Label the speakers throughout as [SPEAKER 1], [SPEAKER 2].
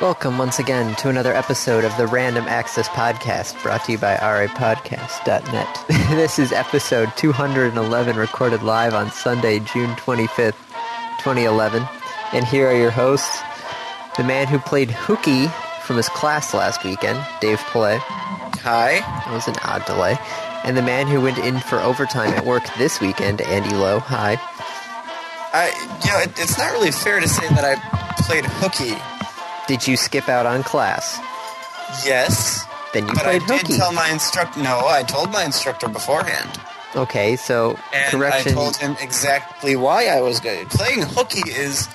[SPEAKER 1] Welcome once again to another episode of the Random Access Podcast brought to you by rapodcast.net. this is episode 211 recorded live on Sunday, June 25th, 2011. And here are your hosts the man who played Hookie from his class last weekend, Dave Play.
[SPEAKER 2] Hi.
[SPEAKER 1] That was an odd delay. And the man who went in for overtime at work this weekend, Andy Lowe. Hi.
[SPEAKER 2] I, you know, it, it's not really fair to say that I played hooky.
[SPEAKER 1] Did you skip out on class?
[SPEAKER 2] Yes.
[SPEAKER 1] Then you
[SPEAKER 2] but I
[SPEAKER 1] played
[SPEAKER 2] did
[SPEAKER 1] hooky.
[SPEAKER 2] tell my instructor. No, I told my instructor beforehand.
[SPEAKER 1] Okay, so
[SPEAKER 2] And
[SPEAKER 1] correction.
[SPEAKER 2] I told him exactly why I was going. Playing hooky is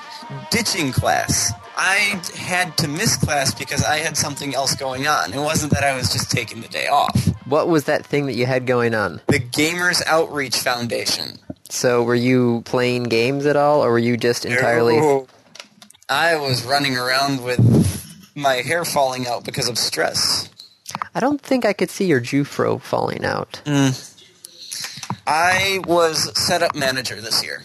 [SPEAKER 2] ditching class. I had to miss class because I had something else going on. It wasn't that I was just taking the day off.
[SPEAKER 1] What was that thing that you had going on?
[SPEAKER 2] The Gamers Outreach Foundation.
[SPEAKER 1] So were you playing games at all, or were you just entirely?
[SPEAKER 2] No. Oh. I was running around with my hair falling out because of stress.
[SPEAKER 1] I don't think I could see your Jufro falling out.
[SPEAKER 2] I was setup manager this year.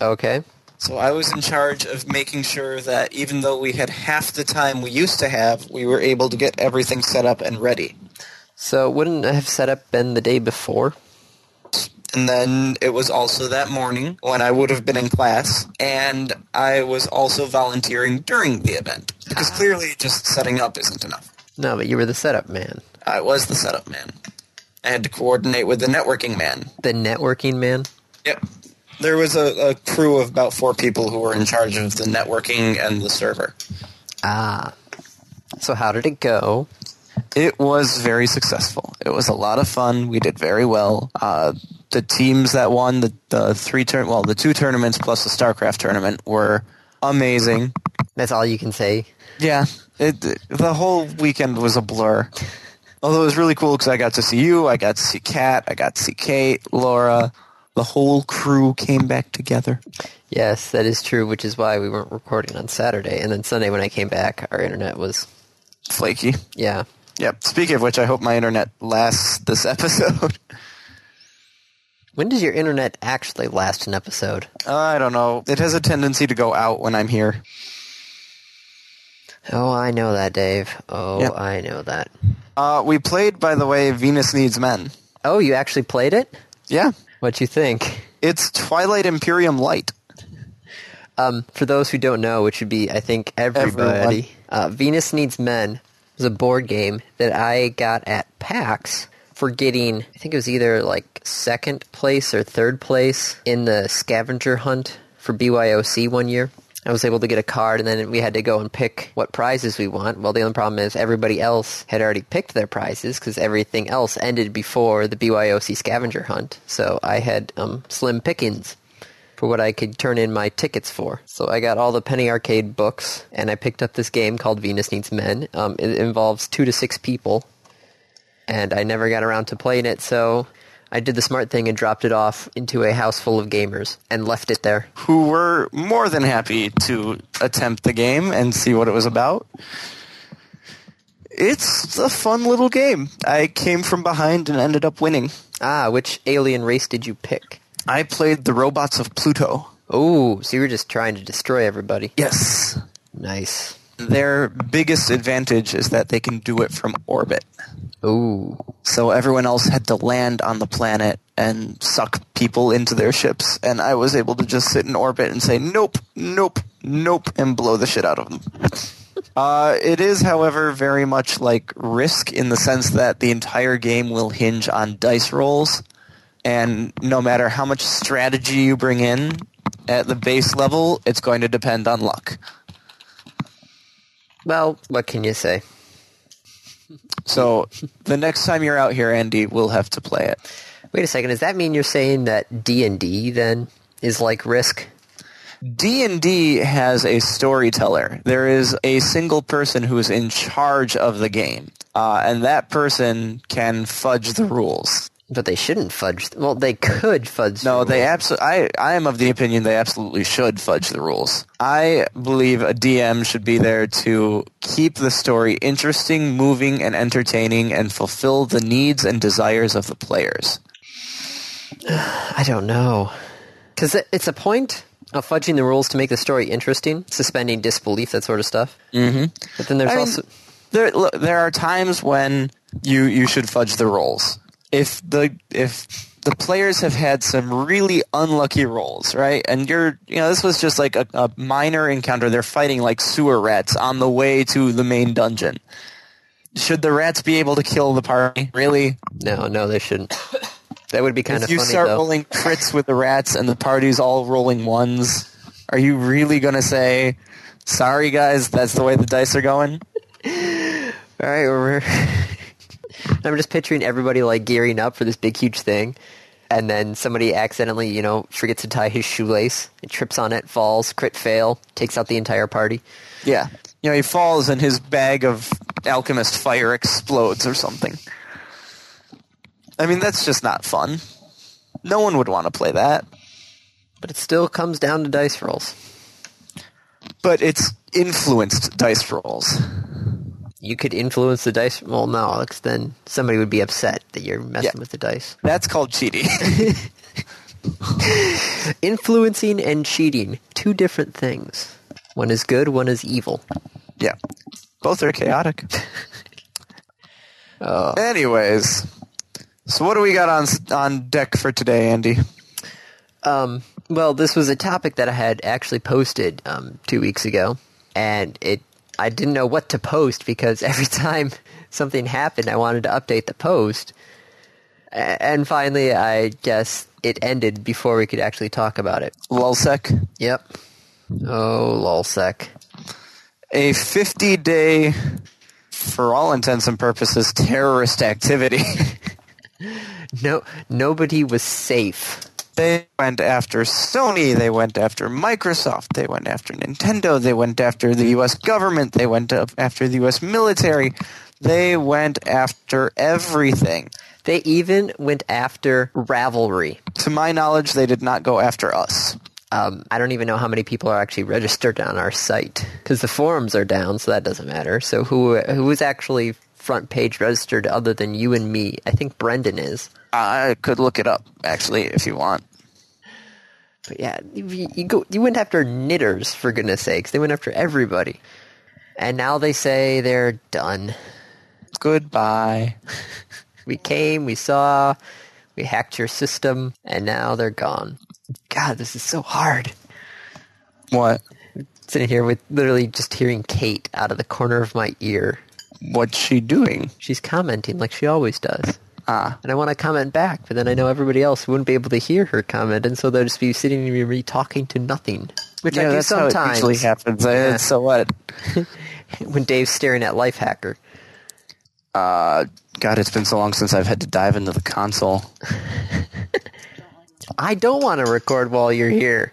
[SPEAKER 1] Okay,
[SPEAKER 2] So I was in charge of making sure that even though we had half the time we used to have, we were able to get everything set up and ready.
[SPEAKER 1] so wouldn't I have set up been the day before?
[SPEAKER 2] And then it was also that morning when I would have been in class, and I was also volunteering during the event. Because clearly just setting up isn't enough.
[SPEAKER 1] No, but you were the setup man,
[SPEAKER 2] I was the setup man. I had to coordinate with the networking man.
[SPEAKER 1] the networking man.
[SPEAKER 2] Yep. There was a, a crew of about four people who were in charge of the networking and the server.
[SPEAKER 1] Ah, so how did it go?
[SPEAKER 2] It was very successful. It was a lot of fun. We did very well. Uh, the teams that won the, the three turn well the two tournaments plus the StarCraft tournament were amazing.
[SPEAKER 1] That's all you can say.
[SPEAKER 2] Yeah, it, the whole weekend was a blur. Although it was really cool because I got to see you, I got to see Kat, I got to see Kate, Laura. The whole crew came back together.
[SPEAKER 1] Yes, that is true, which is why we weren't recording on Saturday, and then Sunday when I came back, our internet was
[SPEAKER 2] Flaky.
[SPEAKER 1] yeah.
[SPEAKER 2] Yep. Speaking of which, I hope my internet lasts this episode.
[SPEAKER 1] When does your internet actually last an episode?
[SPEAKER 2] I don't know. It has a tendency to go out when I'm here.
[SPEAKER 1] Oh, I know that, Dave. Oh,
[SPEAKER 2] Yep.
[SPEAKER 1] I know that.
[SPEAKER 2] Uh, we played, by the way, Venus Needs Men.
[SPEAKER 1] Oh, you actually played it?
[SPEAKER 2] Yeah.
[SPEAKER 1] What you think?
[SPEAKER 2] It's Twilight Imperium Light.
[SPEAKER 1] Um, for those who don't know, which would be I think everybody. Uh, Venus Needs Men was a board game that I got at PAX for getting. I think it was either like second place or third place in the scavenger hunt for BYOC one year. I was able to get a card, and then we had to go and pick what prizes we want. Well, the only problem is everybody else had already picked their prizes because everything else ended before the BYOC scavenger hunt. So I had um, slim pickings for what I could turn in my tickets for. So I got all the Penny Arcade books, and I picked up this game called Venus Needs Men. Um, it involves two to six people, and I never got around to playing it, so I did the smart thing and dropped it off into a house full of gamers and left it there.
[SPEAKER 2] Who were more than happy to attempt the game and see what it was about. It's a fun little game. I came from behind and ended up winning.
[SPEAKER 1] Ah, which alien race did you pick?
[SPEAKER 2] I played the robots of Pluto.
[SPEAKER 1] Oh, so you were just trying to destroy everybody.
[SPEAKER 2] Yes.
[SPEAKER 1] Nice.
[SPEAKER 2] Their biggest advantage is that they can do it from orbit.
[SPEAKER 1] Ooh.
[SPEAKER 2] So everyone else had to land on the planet and suck people into their ships. And I was able to just sit in orbit and say, nope, nope, nope, and blow the shit out of them. Uh, it is, however, very much like Risk in the sense that the entire game will hinge on dice rolls. And no matter how much strategy you bring in at the base level, it's going to depend on luck.
[SPEAKER 1] Well, what can you say?
[SPEAKER 2] So the next time you're out here, Andy, we'll have to play it.
[SPEAKER 1] Wait a second, does that mean you're saying that D&D then is like Risk?
[SPEAKER 2] D&D has a storyteller. There is a single person who is in charge of the game. Uh, and that person can fudge the rules.
[SPEAKER 1] But they shouldn't fudge. Well, they could fudge.
[SPEAKER 2] No,
[SPEAKER 1] the
[SPEAKER 2] they
[SPEAKER 1] rules.
[SPEAKER 2] absolutely. I, I am of the opinion they absolutely should fudge the rules. I believe a DM should be there to keep the story interesting, moving, and entertaining, and fulfill the needs and desires of the players.
[SPEAKER 1] I don't know, because it's a point. Uh, fudging the rules to make the story interesting, suspending disbelief, that sort of stuff. Mm-hmm. But then there's
[SPEAKER 2] I mean,
[SPEAKER 1] also
[SPEAKER 2] there look, there are times when you you should fudge the rolls. If the if the players have had some really unlucky rolls, right? And you're you know this was just like a, a minor encounter. They're fighting like sewer rats on the way to the main dungeon. Should the rats be able to kill the party? Really?
[SPEAKER 1] no, no, they shouldn't. That would be kind of
[SPEAKER 2] you
[SPEAKER 1] funny
[SPEAKER 2] start
[SPEAKER 1] though.
[SPEAKER 2] rolling crits with the rats and the party's all rolling ones, are you really going to say, sorry guys, that's the way the dice are going?
[SPEAKER 1] All right, we're. I'm just picturing everybody like gearing up for this big huge thing, and then somebody accidentally, you know, forgets to tie his shoelace, trips on it, falls, crit fail, takes out the entire party.
[SPEAKER 2] Yeah. You know, he falls and his bag of alchemist fire explodes or something. I mean, that's just not fun. No one would want to play that.
[SPEAKER 1] But it still comes down to dice rolls.
[SPEAKER 2] But it's influenced dice rolls.
[SPEAKER 1] You could influence the dice. Well, no, 'cause then somebody would be upset that you're messing
[SPEAKER 2] Yeah.
[SPEAKER 1] with the dice.
[SPEAKER 2] That's called cheating.
[SPEAKER 1] Influencing and cheating, two different things. One is good, one is evil.
[SPEAKER 2] Yeah. Both are chaotic. Anyways, so what do we got on s- on deck for today, Andy?
[SPEAKER 1] Um, well, this was a topic that I had actually posted um, two weeks ago, and it I didn't know what to post because every time something happened, I wanted to update the post, A- and finally, I guess it ended before we could actually talk about it.
[SPEAKER 2] Lulsec,
[SPEAKER 1] Yep. Oh, lolsec.
[SPEAKER 2] a 50 day, for all intents and purposes, terrorist activity.
[SPEAKER 1] No, nobody was safe.
[SPEAKER 2] they went after Sony, they went after Microsoft, they went after Nintendo, they went after the US government, they went up after the US military, they went after everything.
[SPEAKER 1] They even went after Ravelry.
[SPEAKER 2] To my knowledge, they did not go after us.
[SPEAKER 1] Um, I don't even know how many people are actually registered on our site because the forums are down, so that doesn't matter. So who who is actually front page registered other than you and me? I think Brendan is.
[SPEAKER 2] I could look it up actually if you want.
[SPEAKER 1] But yeah, you, you go. You went after knitters for goodness sakes. They went after everybody, and now they say they're done.
[SPEAKER 2] Goodbye.
[SPEAKER 1] We came, we saw, we hacked your system, and now they're gone. God, this is so hard.
[SPEAKER 2] What?
[SPEAKER 1] Sitting here with literally just hearing Kate out of the corner of my ear.
[SPEAKER 2] What's she doing?
[SPEAKER 1] She's commenting like she always does.
[SPEAKER 2] Ah,
[SPEAKER 1] And I want to comment back, but then I know everybody else wouldn't be able to hear her comment, and so they'll just be sitting here me talking to nothing. Which
[SPEAKER 2] yeah,
[SPEAKER 1] I do
[SPEAKER 2] that's
[SPEAKER 1] sometimes
[SPEAKER 2] how it usually happens. Eh, So what?
[SPEAKER 1] when Dave's staring at Lifehacker.
[SPEAKER 2] Uh, God, it's been so long since I've had to dive into the console.
[SPEAKER 1] I don't want to record while you're here,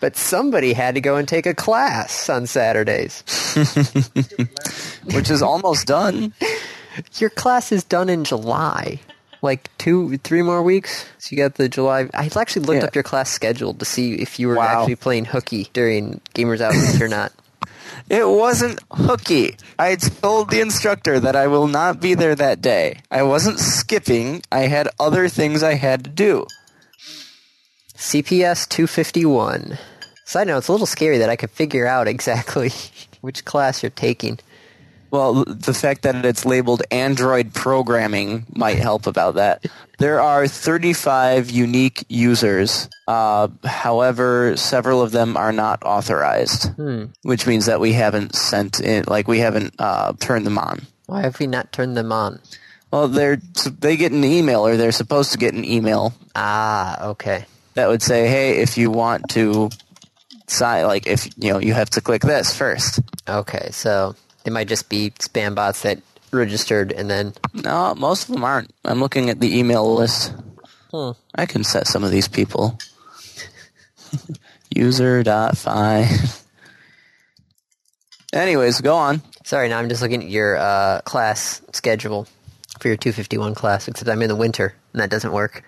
[SPEAKER 1] but somebody had to go and take a class on Saturdays.
[SPEAKER 2] Which is almost done.
[SPEAKER 1] Your class is done in July. Like two, three more weeks. So you got the July. I actually looked
[SPEAKER 2] Yeah.
[SPEAKER 1] up your class schedule to see if you were
[SPEAKER 2] Wow.
[SPEAKER 1] actually playing hooky during Gamers Outreach or not.
[SPEAKER 2] It wasn't hooky. I had told the instructor that I will not be there that day. I wasn't skipping. I had other things I had to do.
[SPEAKER 1] CPS 251. Side note, it's a little scary that I could figure out exactly which class you're taking.
[SPEAKER 2] Well, the fact that it's labeled Android programming might help about that. There are 35 unique users. Uh, however, several of them are not authorized, which means that we haven't sent in, like we haven't uh, turned them on.
[SPEAKER 1] Why have we not turned them on?
[SPEAKER 2] Well, they're they get an email, or they're supposed to get an email
[SPEAKER 1] Ah, okay.
[SPEAKER 2] that would say, "Hey, if you want to sign, like if you know, you have to click this first.
[SPEAKER 1] Okay, so they might just be spam bots that registered and then.
[SPEAKER 2] No, most of them aren't. I'm looking at the email list.
[SPEAKER 1] Hmm.
[SPEAKER 2] I can set some of these people. User.fi. Anyways, go on.
[SPEAKER 1] Sorry, now I'm just looking at your uh, class schedule for your 251 class, except I'm in the winter, and that doesn't work.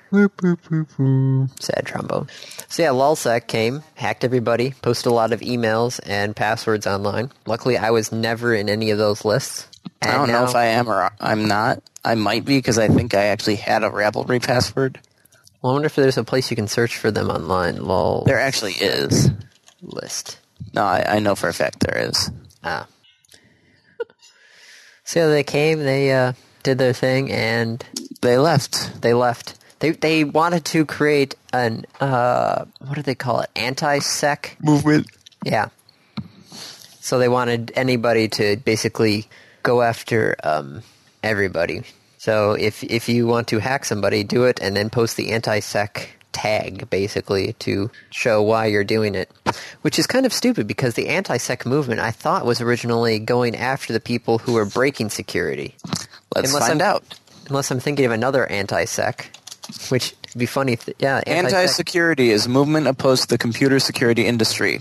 [SPEAKER 1] Sad trombone. So yeah, Lulsec came, hacked everybody, posted a lot of emails and passwords online. Luckily, I was never in any of those lists.
[SPEAKER 2] I don't
[SPEAKER 1] And
[SPEAKER 2] know
[SPEAKER 1] now-
[SPEAKER 2] if I am or I'm not. I might be because I think I actually had a Ravelry password.
[SPEAKER 1] Well, I wonder if there's a place you can search for them online. Lol.
[SPEAKER 2] There actually is.
[SPEAKER 1] list.
[SPEAKER 2] No, I, I know for a fact there is.
[SPEAKER 1] Ah. so they came, they uh, did their thing, and
[SPEAKER 2] They left.
[SPEAKER 1] they left. They they wanted to create an uh, what do they call it? Anti sec.
[SPEAKER 2] Movement.
[SPEAKER 1] Yeah. So they wanted anybody to basically go after um, everybody. So if if you want to hack somebody, do it and then post the anti-sec tag basically to show why you're doing it. Which is kind of stupid because the anti-sec movement I thought was originally going after the people who are breaking security.
[SPEAKER 2] Let's find
[SPEAKER 1] I'm,
[SPEAKER 2] out.
[SPEAKER 1] Unless I'm thinking of another anti-sec, which would be funny. Th- yeah, anti-sec.
[SPEAKER 2] Anti-security is a movement opposed to the computer security industry.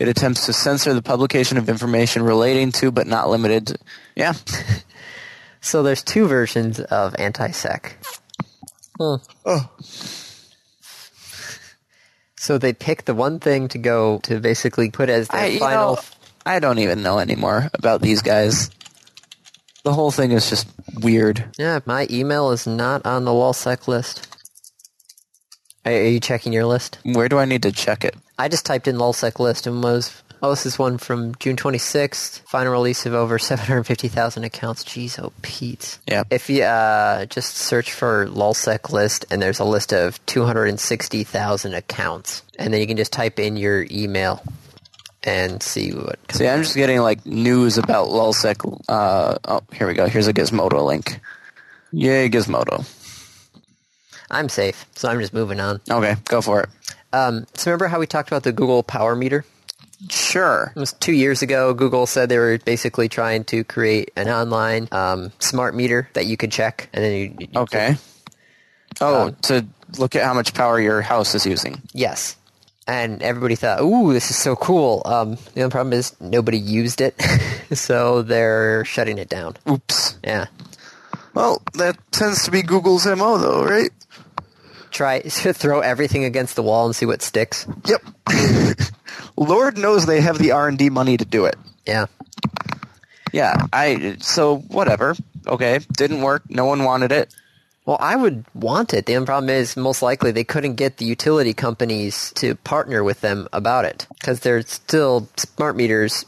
[SPEAKER 2] It attempts to censor the publication of information relating to, but not limited. To, yeah,
[SPEAKER 1] So there's two versions of anti-sec. So they pick the one thing to go to basically put as their
[SPEAKER 2] I, e-, you
[SPEAKER 1] final.
[SPEAKER 2] know, I don't even know anymore about these guys. The whole thing is just weird.
[SPEAKER 1] yeah, my email is not on the wallsec list. Are, are you checking your list?
[SPEAKER 2] Where do I need to check it?
[SPEAKER 1] I just typed in lulsec list and was oh this is one from June 26th. Final release of over 750,000 accounts. Jeez, oh Pete.
[SPEAKER 2] Yeah.
[SPEAKER 1] If you uh, just search for lulsec list and there's a list of 260,000 accounts, and then you can just type in your email and see what. Comes.
[SPEAKER 2] See, I'm just getting like news about lulsec. Uh, oh, here we go. Here's a Gizmodo link. Yay, Gizmodo.
[SPEAKER 1] I'm safe, so I'm just moving on.
[SPEAKER 2] Okay, go for it.
[SPEAKER 1] Um, so remember how we talked about the Google Power Meter?
[SPEAKER 2] Sure.
[SPEAKER 1] It was two years ago. Google said they were basically trying to create an online um, smart meter that you could check, and then you, you
[SPEAKER 2] Okay. Oh, to look at how much power your house is using.
[SPEAKER 1] Yes. And everybody thought, ooh, this is so cool. Um, the only problem is nobody used it, so they're shutting it down.
[SPEAKER 2] Oops.
[SPEAKER 1] Yeah.
[SPEAKER 2] Well, that tends to be Google's MO, though, right?
[SPEAKER 1] Try throw everything against the wall and see what sticks.
[SPEAKER 2] Yep. Lord knows they have the R&D money to do it.
[SPEAKER 1] Yeah.
[SPEAKER 2] Yeah, I so whatever. Okay, didn't work. No one wanted it.
[SPEAKER 1] Well, I would want it. The only problem is most likely they couldn't get the utility companies to partner with them about it because they're still smart meters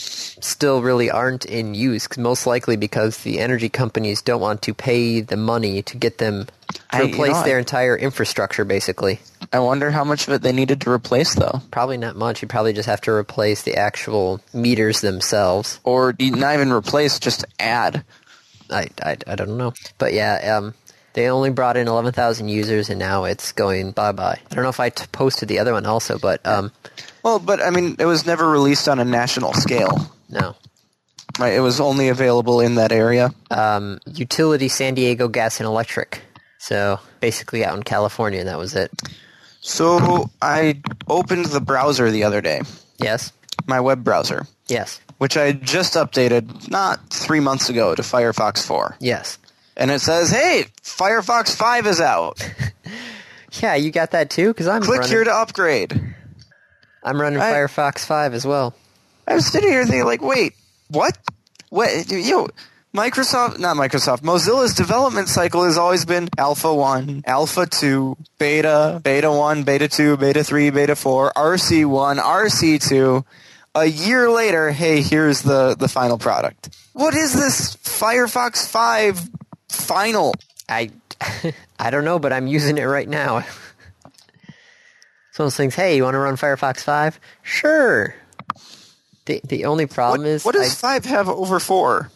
[SPEAKER 1] still really aren't in use 'cause most likely because the energy companies don't want to pay the money to get them
[SPEAKER 2] I-
[SPEAKER 1] to
[SPEAKER 2] you
[SPEAKER 1] replace
[SPEAKER 2] know, I-
[SPEAKER 1] their entire infrastructure basically.
[SPEAKER 2] I wonder how much of it they needed to replace though.
[SPEAKER 1] Probably not much. You probably just have to replace the actual meters themselves.
[SPEAKER 2] Or e- not even replace, just add.
[SPEAKER 1] I, I, I don't know. But yeah, um, they only brought in 11,000 users and now it's going bye bye. I don't know if I t- posted the other one also, but um,
[SPEAKER 2] Well, but I mean, it was never released on a national scale.
[SPEAKER 1] no.
[SPEAKER 2] Right? It was only available in that area.
[SPEAKER 1] Um, utility San Diego Gas and Electric. So basically out in California, and that was it.
[SPEAKER 2] So I opened the browser the other day,
[SPEAKER 1] Yes?
[SPEAKER 2] my web browser,
[SPEAKER 1] Yes.
[SPEAKER 2] which I had just updated not three months ago to Firefox 4.
[SPEAKER 1] Yes.
[SPEAKER 2] And it says, hey, Firefox 5 is out.
[SPEAKER 1] Yeah, you got that too? Because I'm,
[SPEAKER 2] Click
[SPEAKER 1] running-
[SPEAKER 2] here to upgrade.
[SPEAKER 1] I'm running
[SPEAKER 2] I-
[SPEAKER 1] Firefox 5 as well.
[SPEAKER 2] I was sitting here thinking, like, wait, what? What? Yo, Microsoft, not Microsoft, Mozilla's development cycle has always been Alpha 1, Alpha 2, Beta, Beta 1, Beta 2, Beta 3, Beta 4, RC1, RC2. A year later, hey, here's the, the final product. What is this Firefox 5 final?
[SPEAKER 1] I, I don't know, but I'm using it right now. it's one of those things. Hey, you want to run Firefox Five? Sure. The the only problem
[SPEAKER 2] What,
[SPEAKER 1] is
[SPEAKER 2] what does
[SPEAKER 1] I-
[SPEAKER 2] 5 have over 4?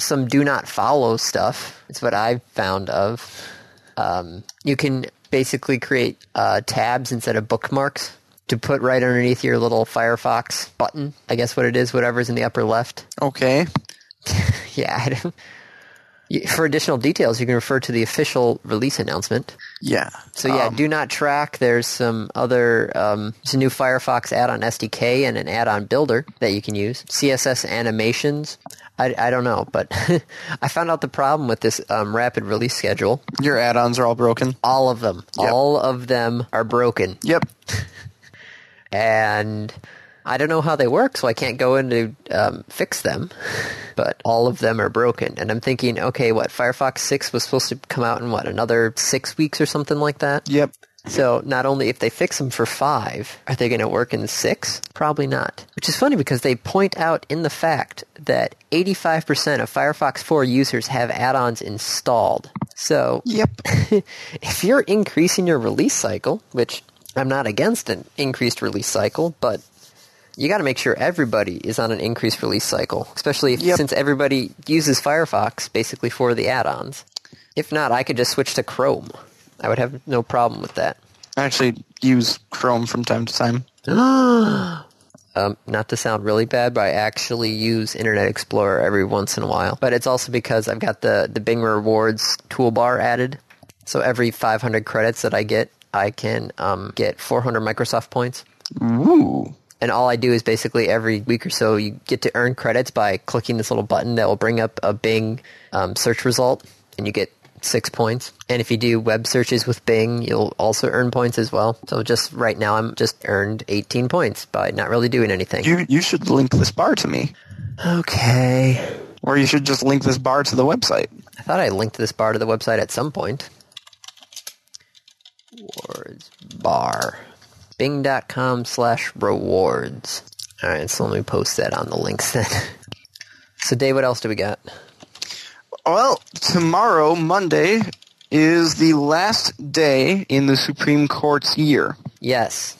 [SPEAKER 1] some do not follow stuff. It's what I've found of. Um, you can basically create uh, tabs instead of bookmarks to put right underneath your little Firefox button. I guess what it is, whatever's in the upper left.
[SPEAKER 2] Okay.
[SPEAKER 1] yeah. I don't, you- for additional details, you can refer to the official release announcement.
[SPEAKER 2] Yeah.
[SPEAKER 1] So yeah,
[SPEAKER 2] Um,
[SPEAKER 1] do not track. There's some other, um, there's a new Firefox add-on SDK and an add-on builder that you can use. CSS animations. I, I don't know, but I found out the problem with this um, rapid release schedule.
[SPEAKER 2] your add ons are all broken.
[SPEAKER 1] All of them,
[SPEAKER 2] Yep.
[SPEAKER 1] all of them are broken,
[SPEAKER 2] Yep.
[SPEAKER 1] and I don't know how they work, so I can't go in to um, fix them. But all of them are broken, and I'm thinking, okay, what Firefox 6 was supposed to come out in what another six weeks or something like that.
[SPEAKER 2] Yep.
[SPEAKER 1] So not only if they fix them for five, are they going to work in six? Probably not. Which is funny because they point out in the fact that 85% of Firefox 4 users have add-ons installed. So
[SPEAKER 2] Yep.
[SPEAKER 1] if you're increasing your release cycle, which I'm not against an increased release cycle, but you got to make sure everybody is on an increased release cycle, especially if,
[SPEAKER 2] Yep.
[SPEAKER 1] since everybody uses Firefox basically for the add-ons. If not, I could just switch to Chrome. I would have no problem with that.
[SPEAKER 2] I actually use Chrome from time to time.
[SPEAKER 1] Um, not to sound really bad, but I actually use Internet Explorer every once in a while. But it's also because I've got the, the Bing Rewards toolbar added. So every 500 credits that I get, I can um, get 400 Microsoft points.
[SPEAKER 2] Ooh.
[SPEAKER 1] And all I do is basically every week or so, you get to earn credits by clicking this little button that will bring up a Bing um, search result, and you get six points. And if you do web searches with Bing, you'll also earn points as well. So just right now, I'm just earned 18 points by not really doing anything.
[SPEAKER 2] You you should link this bar to me.
[SPEAKER 1] Okay.
[SPEAKER 2] Or you should just link this bar to the website.
[SPEAKER 1] I thought I linked this bar to the website at some point. Rewards bar. Bing.com slash rewards. All right, so let me post that on the links then. So, Dave, what else do we got?
[SPEAKER 2] Well, tomorrow, Monday, is the last day in the Supreme Court's year.
[SPEAKER 1] Yes.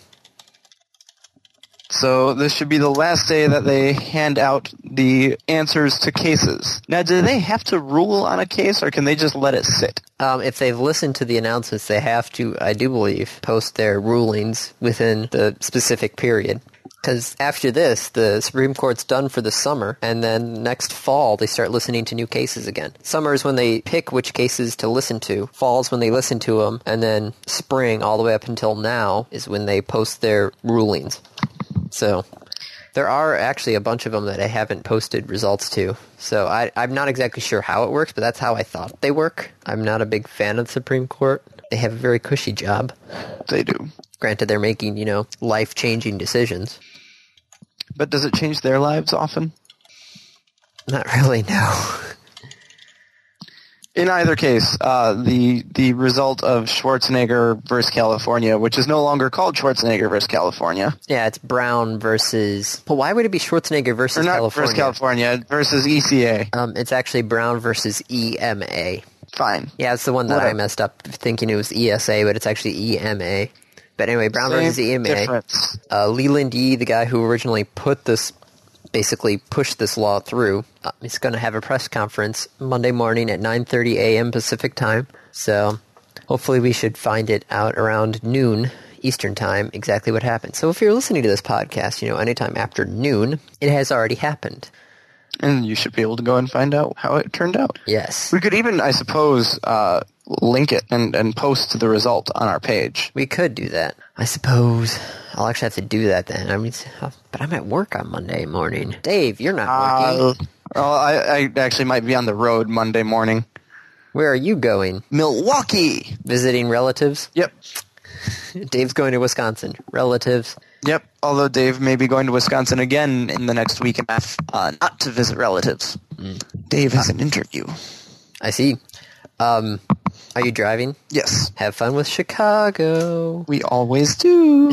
[SPEAKER 2] So this should be the last day that they hand out the answers to cases. Now, do they have to rule on a case, or can they just let it sit?
[SPEAKER 1] Um, if they've listened to the announcements, they have to, I do believe, post their rulings within the specific period. Because after this, the Supreme Court's done for the summer, and then next fall, they start listening to new cases again. Summer is when they pick which cases to listen to, fall is when they listen to them, and then spring, all the way up until now, is when they post their rulings. So there are actually a bunch of them that I haven't posted results to. So I, I'm not exactly sure how it works, but that's how I thought they work. I'm not a big fan of the Supreme Court. They have a very cushy job.
[SPEAKER 2] They do.
[SPEAKER 1] Granted, they're making, you know, life changing decisions.
[SPEAKER 2] But does it change their lives often?
[SPEAKER 1] Not really, no.
[SPEAKER 2] In either case, uh, the the result of Schwarzenegger versus California, which is no longer called Schwarzenegger versus California,
[SPEAKER 1] Yeah, it's Brown versus. But why would it be Schwarzenegger
[SPEAKER 2] or
[SPEAKER 1] versus
[SPEAKER 2] not
[SPEAKER 1] California?
[SPEAKER 2] versus California versus E ECA.
[SPEAKER 1] um, it's actually Brown versus EMA.
[SPEAKER 2] Fine.
[SPEAKER 1] Yeah, it's the one that I
[SPEAKER 2] Whatever.
[SPEAKER 1] messed up thinking it was ESA, but it's actually EMA. But anyway, Brown
[SPEAKER 2] Same
[SPEAKER 1] versus E EMA.
[SPEAKER 2] difference.
[SPEAKER 1] uh, Leland Yee, the guy who originally put this, basically pushed this law through, uh, is going to have a press conference Monday morning at 9:30 a.m. Pacific time. So hopefully we should find it out around noon Eastern time exactly what happened. So if you're listening to this podcast, you know anytime after noon, it has already happened.
[SPEAKER 2] And you should be able to go and find out how it turned out.
[SPEAKER 1] Yes.
[SPEAKER 2] We could even, I suppose, uh, link it and, and post the result on our page.
[SPEAKER 1] We could do that, I suppose. I'll actually have to do that then. I mean, but I'm at work on Monday morning. Dave, you're not
[SPEAKER 2] Uh,
[SPEAKER 1] working.
[SPEAKER 2] well, I, I actually might be on the road Monday morning.
[SPEAKER 1] Where are you going?
[SPEAKER 2] Milwaukee!
[SPEAKER 1] Visiting relatives?
[SPEAKER 2] Yep.
[SPEAKER 1] Dave's going to Wisconsin. Relatives.
[SPEAKER 2] Yep. Although Dave may be going to Wisconsin again in the next week and a half, uh, not to visit relatives. Dave has an interview.
[SPEAKER 1] I see. Um, are you driving?
[SPEAKER 2] Yes.
[SPEAKER 1] Have fun with Chicago.
[SPEAKER 2] We always do.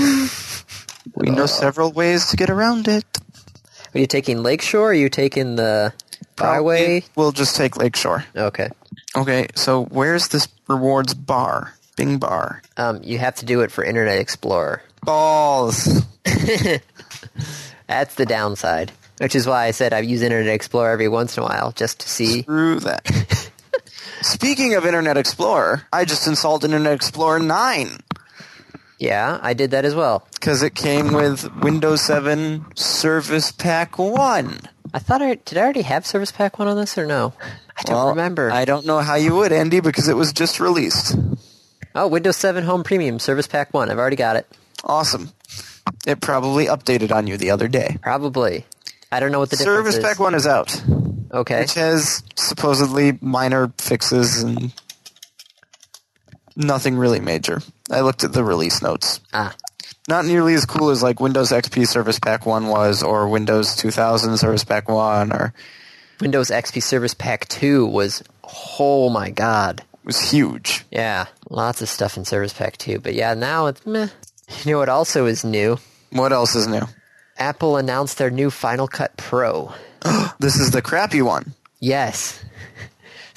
[SPEAKER 2] we know several ways to get around it.
[SPEAKER 1] Are you taking Lakeshore? Or are you taking the
[SPEAKER 2] Probably
[SPEAKER 1] highway?
[SPEAKER 2] We'll Uh, just take Lakeshore.
[SPEAKER 1] Okay.
[SPEAKER 2] Okay, so where's this rewards bar? Bing bar.
[SPEAKER 1] Um, you have to do it for Internet Explorer.
[SPEAKER 2] Balls.
[SPEAKER 1] That's the downside. Which is why I said I use Internet Explorer every once in a while just to see.
[SPEAKER 2] Screw that. Speaking of Internet Explorer, I just installed Internet Explorer 9
[SPEAKER 1] Yeah, I did that as well.
[SPEAKER 2] because it came with Windows 7 Service Pack 1.
[SPEAKER 1] I thought I did. I already have Service Pack one on this or no? I don't
[SPEAKER 2] Well,
[SPEAKER 1] remember.
[SPEAKER 2] I don't know how you would, Andy, because it was just released.
[SPEAKER 1] oh, Windows 7 Home Premium Service Pack one. I've already got it.
[SPEAKER 2] Awesome. It probably updated on you the other day.
[SPEAKER 1] Probably. I don't know what the difference
[SPEAKER 2] Service
[SPEAKER 1] is.
[SPEAKER 2] Pack 1 is out,
[SPEAKER 1] Okay.
[SPEAKER 2] which has supposedly minor fixes and nothing really major. I looked at the release notes.
[SPEAKER 1] Ah,
[SPEAKER 2] not nearly as cool as like Windows XP Service Pack 1 was or Windows 2000 Service Pack 1 or
[SPEAKER 1] Windows XP Service Pack 2 was, oh my god.
[SPEAKER 2] it was huge.
[SPEAKER 1] Yeah, lots of stuff in Service Pack 2. But yeah, now it's meh. You know what also is new?
[SPEAKER 2] What else is new?
[SPEAKER 1] Apple announced their new Final Cut Pro.
[SPEAKER 2] This is the crappy one.
[SPEAKER 1] Yes.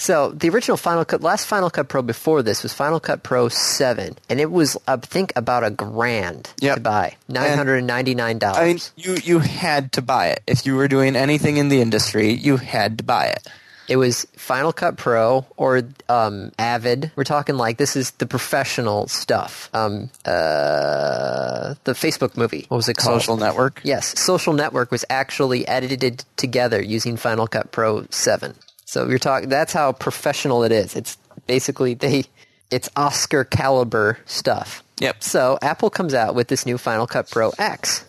[SPEAKER 1] So the original Final Cut, last Final Cut Pro before this was Final Cut Pro Seven, and it was I think about a grand
[SPEAKER 2] Yep.
[SPEAKER 1] to buy, nine hundred and ninety nine dollars.
[SPEAKER 2] I mean, you you had to buy it if you were doing anything in the industry. You had to buy it.
[SPEAKER 1] It was Final Cut Pro or um, Avid. We're talking like this is the professional stuff. Um, uh, the Facebook movie. What was it called?
[SPEAKER 2] Social network.
[SPEAKER 1] Yes, Social Network was actually edited together using Final Cut Pro 7. So you're talking that's how professional it is. It's basically they it's Oscar caliber stuff.
[SPEAKER 2] Yep.
[SPEAKER 1] So Apple comes out with this new Final Cut Pro X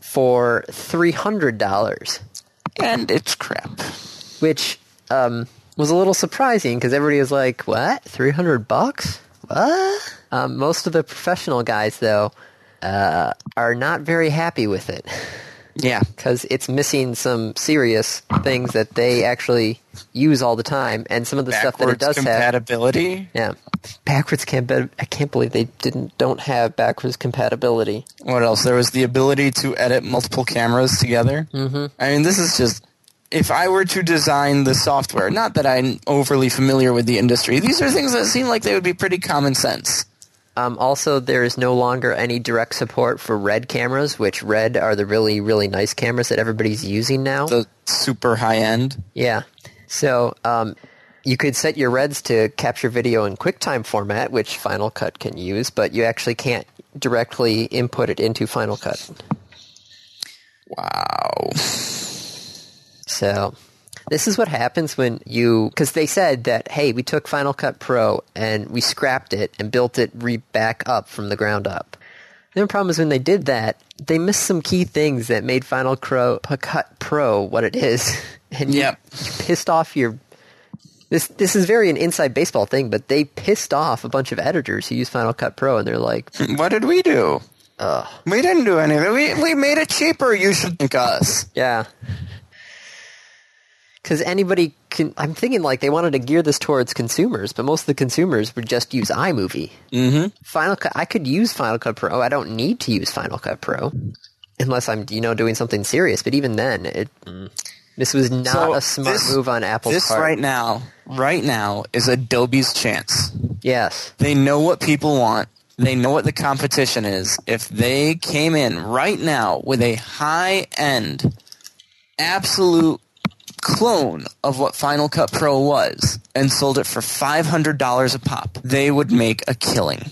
[SPEAKER 1] for $300,
[SPEAKER 2] And it's crap.
[SPEAKER 1] which um, was a little surprising because everybody was like, "What? 300 bucks?" What? Um, most of the professional guys though uh, are not very happy with it.
[SPEAKER 2] Yeah.
[SPEAKER 1] because it's missing some serious things that they actually use all the time, and some of the stuff that it does
[SPEAKER 2] Backwards
[SPEAKER 1] have.
[SPEAKER 2] compatibility.
[SPEAKER 1] Yeah, backwards compatibility. I can't believe they didn't don't have backwards compatibility.
[SPEAKER 2] What else? There was the ability to edit multiple cameras together. Mm-hmm. I mean, this is just. If I were to design the software, not that I'm overly familiar with the industry, these are things that seem like they would be pretty common sense.
[SPEAKER 1] Um, also, there is no longer any direct support for Red cameras, which Red are the really really nice cameras that everybody's using now.
[SPEAKER 2] The super high end.
[SPEAKER 1] Yeah. So um, you could set your reds to capture video in QuickTime format, which Final Cut can use, but you actually can't directly input it into Final Cut.
[SPEAKER 2] Wow.
[SPEAKER 1] So this is what happens when you because they said that hey, we took Final Cut Pro and we scrapped it and built it re back up from the ground up. The only problem is when they did that, they missed some key things that made Final Cro- P- Cut Pro what it is, and you-
[SPEAKER 2] Yep.
[SPEAKER 1] you pissed off your. This this is very an inside baseball thing, but they pissed off a bunch of editors who use Final Cut Pro, and they're like,
[SPEAKER 2] What did we do? We didn't do anything. We, we made it cheaper. You should thank us.
[SPEAKER 1] Yeah. Because anybody can. I'm thinking like they wanted to gear this towards consumers, but most of the consumers would just use iMovie. Mm-hmm. Final Cut. I could use Final Cut Pro. I don't need to use Final Cut Pro unless I'm, you know, doing something serious. But even then, it. mm, This was not
[SPEAKER 2] So
[SPEAKER 1] a smart
[SPEAKER 2] this-
[SPEAKER 1] move on Apple's
[SPEAKER 2] This
[SPEAKER 1] part.
[SPEAKER 2] right now, right now, is Adobe's chance.
[SPEAKER 1] yes.
[SPEAKER 2] They know what people want. They know what the competition is. If they came in right now with a high end, absolute clone of what Final Cut Pro was and sold it for $500 a pop, they would make a killing.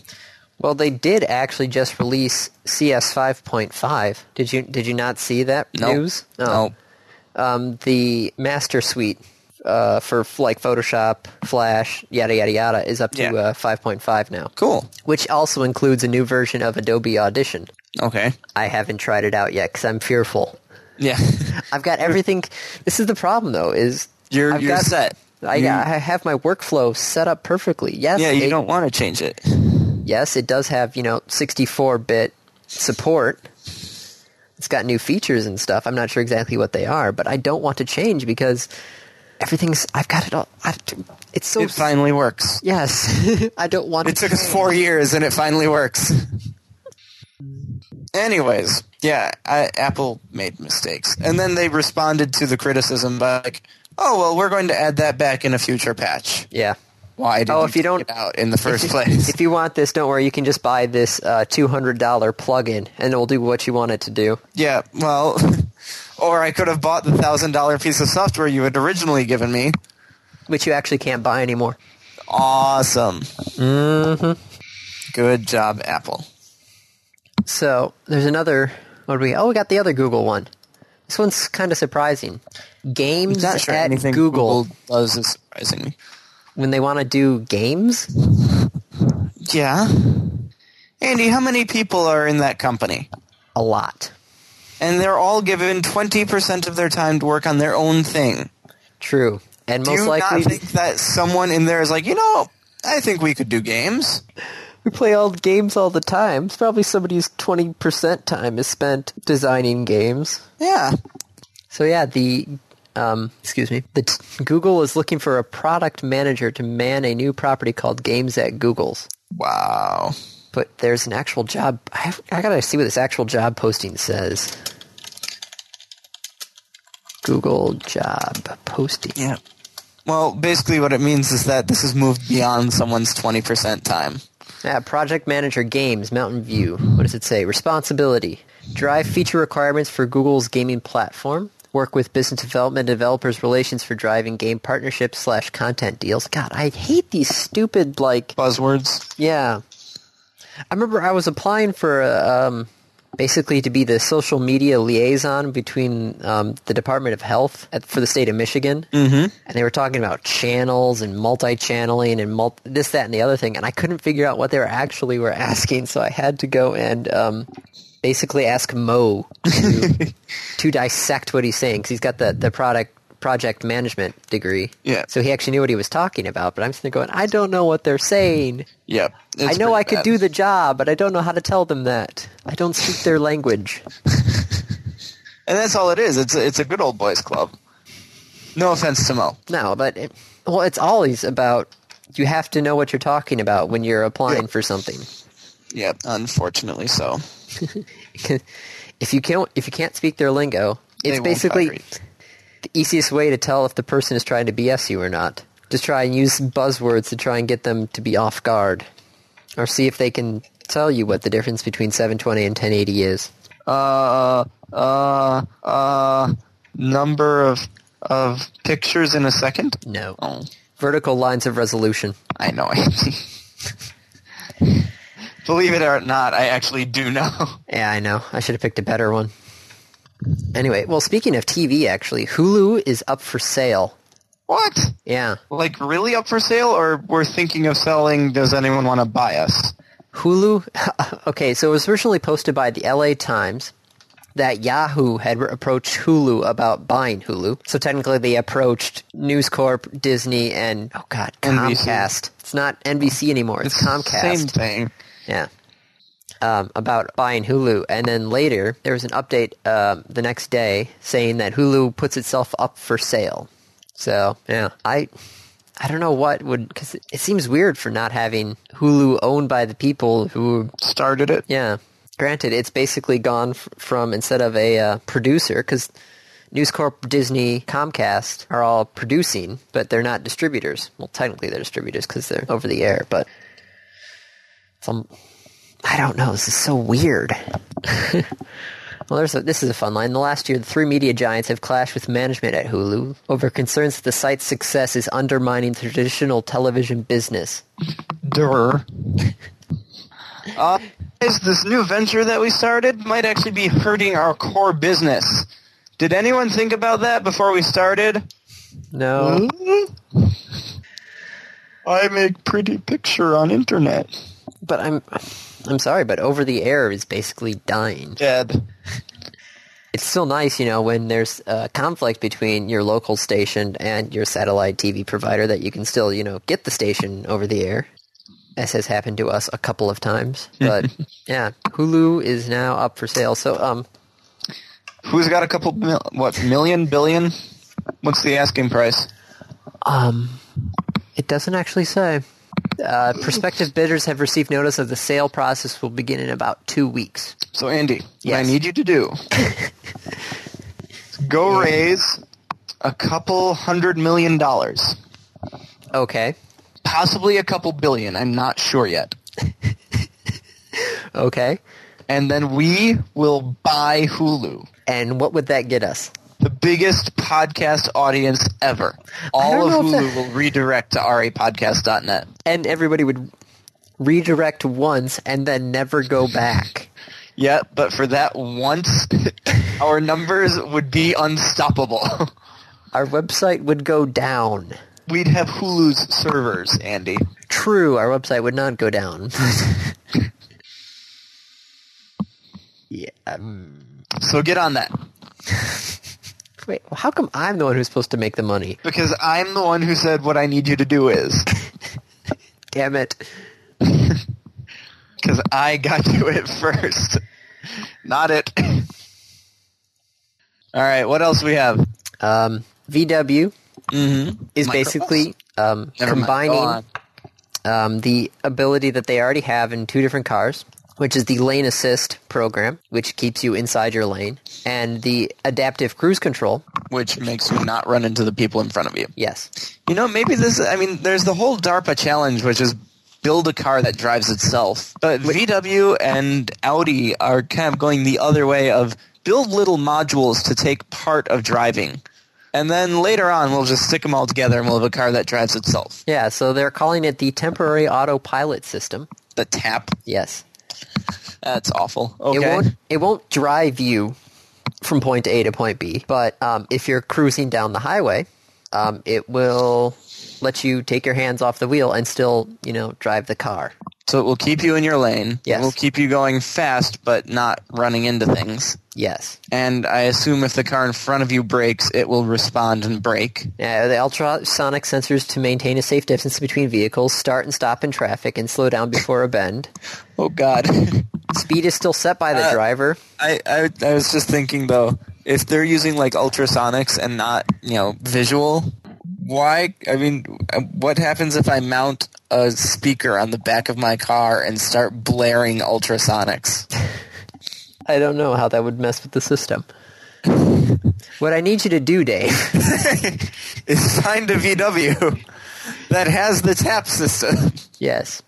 [SPEAKER 1] Well, they did actually just release CS 5.5. Did you did you not see that
[SPEAKER 2] Nope.
[SPEAKER 1] news? Oh.
[SPEAKER 2] Nope.
[SPEAKER 1] um, the master suite uh, for like Photoshop, Flash, yada yada yada is up to
[SPEAKER 2] Yeah.
[SPEAKER 1] uh, 5.5 now,
[SPEAKER 2] Cool.
[SPEAKER 1] which also includes a new version of Adobe Audition.
[SPEAKER 2] Okay.
[SPEAKER 1] I haven't tried it out yet because I'm fearful.
[SPEAKER 2] Yeah.
[SPEAKER 1] I've got everything. this is the problem though. Is
[SPEAKER 2] You're-
[SPEAKER 1] I've
[SPEAKER 2] you're
[SPEAKER 1] got-
[SPEAKER 2] set.
[SPEAKER 1] I,
[SPEAKER 2] You-
[SPEAKER 1] I have my workflow set up perfectly. Yes,
[SPEAKER 2] yeah,
[SPEAKER 1] it-
[SPEAKER 2] you don't want to change it.
[SPEAKER 1] yes, it does have you know 64-bit support. It's got new features and stuff. I'm not sure exactly what they are, but I don't want to change because everything's. I've got it all. I've, it's so
[SPEAKER 2] It finally works.
[SPEAKER 1] yes. I don't want.
[SPEAKER 2] It
[SPEAKER 1] to
[SPEAKER 2] took us
[SPEAKER 1] change.
[SPEAKER 2] four years, and it finally works. Anyways, yeah, I, Apple made mistakes, and then they responded to the criticism by like, "Oh well, we're going to add that back in a future patch."
[SPEAKER 1] Yeah.
[SPEAKER 2] Why did
[SPEAKER 1] Oh,
[SPEAKER 2] you,
[SPEAKER 1] if you
[SPEAKER 2] take
[SPEAKER 1] don't-
[SPEAKER 2] it out in the first
[SPEAKER 1] If-
[SPEAKER 2] place?
[SPEAKER 1] If you want this, don't worry. You can just buy this uh, two hundred dollar plugin, and it'll do what you want it to do.
[SPEAKER 2] yeah, well, or I could have bought the thousand dollar piece of software you had originally given me.
[SPEAKER 1] Which you actually can't buy anymore.
[SPEAKER 2] Awesome. Mm-hmm. Good job, Apple.
[SPEAKER 1] So there's another. What do we? Oh, we got the other Google one. This one's kind of surprising. Games
[SPEAKER 2] Not sure
[SPEAKER 1] at
[SPEAKER 2] anything
[SPEAKER 1] Google.
[SPEAKER 2] Google does is surprising me.
[SPEAKER 1] when they want to do games.
[SPEAKER 2] Yeah. Andy, how many people are in that company?
[SPEAKER 1] A lot.
[SPEAKER 2] And they're all given 20% of their time to work on their own thing.
[SPEAKER 1] True. And
[SPEAKER 2] Do
[SPEAKER 1] most
[SPEAKER 2] you
[SPEAKER 1] likely,
[SPEAKER 2] not think that someone in there is like, you know, I think we could do games?
[SPEAKER 1] We play all the games all the time. It's probably somebody whose 20% time is spent designing games.
[SPEAKER 2] Yeah.
[SPEAKER 1] So yeah, the um, excuse me, the t- Google is looking for a product manager to man a new property called Games at Google's.
[SPEAKER 2] Wow.
[SPEAKER 1] But there's an actual job. I, have, I gotta see what this actual job posting says. Google job posting.
[SPEAKER 2] Yeah. Well, basically, what it means is that this has moved beyond someone's 20% time.
[SPEAKER 1] Yeah, Uh, project manager games, Mountain View. What does it say? Responsibility. Drive feature requirements for Google's gaming platform. Work with business development developers relations for driving game partnerships slash content deals. God, I hate these stupid like
[SPEAKER 2] Buzzwords.
[SPEAKER 1] yeah. I remember I was applying for uh, um, basically to be the social media liaison between um, the Department of Health at, for the state of Michigan, mm-hmm. and they were talking about channels and multi-channeling and multi- this, that, and the other thing, and I couldn't figure out what they were actually were asking, so I had to go and um, basically ask Mo to, to dissect what he's saying because he's got the the product project management degree.
[SPEAKER 2] Yeah.
[SPEAKER 1] So he actually knew what he was talking about, but I'm sitting there going, I don't know what they're saying.
[SPEAKER 2] Yep.
[SPEAKER 1] I know I could do the job, but I don't know how to tell them that. I don't speak their language.
[SPEAKER 2] And that's all it is. It's a, it's a good old boys club. No offense to Mo.
[SPEAKER 1] No, but it, well, it's always about you have to know what you're talking about when you're applying
[SPEAKER 2] Yeah.
[SPEAKER 1] for something.
[SPEAKER 2] Yep. Unfortunately, so.
[SPEAKER 1] if you can't if you can't speak their lingo,
[SPEAKER 2] They
[SPEAKER 1] it's
[SPEAKER 2] won't
[SPEAKER 1] basically
[SPEAKER 2] hire you.
[SPEAKER 1] the easiest way to tell if the person is trying to BS you or not. Just try and use buzzwords to try and get them to be off guard, or see if they can tell you what the difference between 720 and 1080 is.
[SPEAKER 2] Uh, uh, uh, number of of pictures in a second.
[SPEAKER 1] No.
[SPEAKER 2] Oh,
[SPEAKER 1] Vertical lines of resolution.
[SPEAKER 2] I know. Believe it or not, I actually do know.
[SPEAKER 1] Yeah, I know. I should have picked a better one. Anyway, well, speaking of TV, actually, Hulu is up for sale.
[SPEAKER 2] What?
[SPEAKER 1] Yeah.
[SPEAKER 2] Like really up for sale, or we're thinking of selling? Does anyone want to buy us?
[SPEAKER 1] Hulu. okay, so it was originally posted by the LA Times that Yahoo had approached Hulu about buying Hulu. So technically, they approached News Corp, Disney, and oh god,
[SPEAKER 2] NBC.
[SPEAKER 1] Comcast. It's not NBC anymore. It's, Comcast.
[SPEAKER 2] Same thing.
[SPEAKER 1] Yeah. Um, about buying Hulu, and then later there was an update um, the next day saying that Hulu puts itself up for sale. So yeah, I I don't know what would because it, it seems weird for not having Hulu owned by the people who
[SPEAKER 2] Started it.
[SPEAKER 1] yeah. Granted, it's basically gone f- from instead of a uh, producer because News Corp, Disney, Comcast are all producing, but they're not distributors. Well, technically they're distributors because they're over the air, but some I don't know. This is so weird. Well, there's a, this is a fun line. The last year, the three media giants have clashed with management at Hulu over concerns that the site's success is undermining the traditional television business.
[SPEAKER 2] Durr. Uh, is this new venture that we started might actually be hurting our core business. Did anyone think about that before we started?
[SPEAKER 1] No,
[SPEAKER 2] I make pretty picture on internet.
[SPEAKER 1] but I'm I'm sorry, but over the air is basically dying.
[SPEAKER 2] Dead.
[SPEAKER 1] it's still nice, you know, when there's a conflict between your local station and your satellite TV provider that you can still, you know, get the station over the air, as has happened to us a couple of times. But yeah, Hulu is now up for sale. So, um,
[SPEAKER 2] Who's got a couple mil- what million billion? What's the asking price?
[SPEAKER 1] um, it doesn't actually say. Uh, prospective bidders have received notice of the sale process will begin in about two weeks.
[SPEAKER 2] So Andy, what I
[SPEAKER 1] Yes.
[SPEAKER 2] need you to do is go raise a couple hundred million dollars.
[SPEAKER 1] Okay.
[SPEAKER 2] Possibly a couple billion, I'm not sure yet.
[SPEAKER 1] Okay.
[SPEAKER 2] and then we will buy Hulu,
[SPEAKER 1] And what would that get us?
[SPEAKER 2] the biggest podcast audience ever. All
[SPEAKER 1] don't
[SPEAKER 2] of
[SPEAKER 1] know if
[SPEAKER 2] Hulu will redirect to rapodcast.net.
[SPEAKER 1] And everybody would redirect once and then never go back.
[SPEAKER 2] Yeah, but for that once, our numbers would be unstoppable.
[SPEAKER 1] our website would go down.
[SPEAKER 2] We'd have Hulu's servers, Andy.
[SPEAKER 1] True, our website would not go down. yeah. um,
[SPEAKER 2] So get on that.
[SPEAKER 1] Wait, well, how come I'm the one who's supposed to make the money?
[SPEAKER 2] Because I'm the one who said what I need you to do is.
[SPEAKER 1] Damn it.
[SPEAKER 2] because I got to it first. Not it. All right, what else we have?
[SPEAKER 1] Um, VW
[SPEAKER 2] Mm-hmm.
[SPEAKER 1] is
[SPEAKER 2] Microsoft?
[SPEAKER 1] basically um, combining um, the ability that they already have in two different cars, which is the lane assist program, which keeps you inside your lane, and the adaptive cruise control.
[SPEAKER 2] which makes you not run into the people in front of you.
[SPEAKER 1] Yes,
[SPEAKER 2] You know, maybe this. I mean, there's the whole DARPA challenge, which is build a car that drives itself. But VW and Audi are kind of going the other way of build little modules to take part of driving, and then later on we'll just stick them all together and we'll have a car that drives itself.
[SPEAKER 1] yeah. So they're calling it the temporary autopilot system.
[SPEAKER 2] The tap.
[SPEAKER 1] Yes,
[SPEAKER 2] That's awful. Okay.
[SPEAKER 1] It won't it won't drive you from point A to point B, but um, if you're cruising down the highway, um, it will let you take your hands off the wheel and still, you know, drive the car.
[SPEAKER 2] So it will keep you in your lane.
[SPEAKER 1] Yes.
[SPEAKER 2] It will keep you going fast, but not running into things.
[SPEAKER 1] Yes.
[SPEAKER 2] And I assume if the car in front of you brakes, it will respond and brake.
[SPEAKER 1] Uh, the ultrasonic sensors to maintain a safe distance between vehicles, start and stop in traffic, and slow down before a bend.
[SPEAKER 2] Oh God.
[SPEAKER 1] Speed is still set by the
[SPEAKER 2] Uh,
[SPEAKER 1] driver.
[SPEAKER 2] I, I I was just thinking though, if they're using like ultrasonics and not you know visual, why? I mean, uh, what happens if I mount a speaker on the back of my car and start blaring ultrasonics?
[SPEAKER 1] I don't know how that would mess with the system. what I need you to do, Dave,
[SPEAKER 2] It's find a VW that has the tap system.
[SPEAKER 1] yes,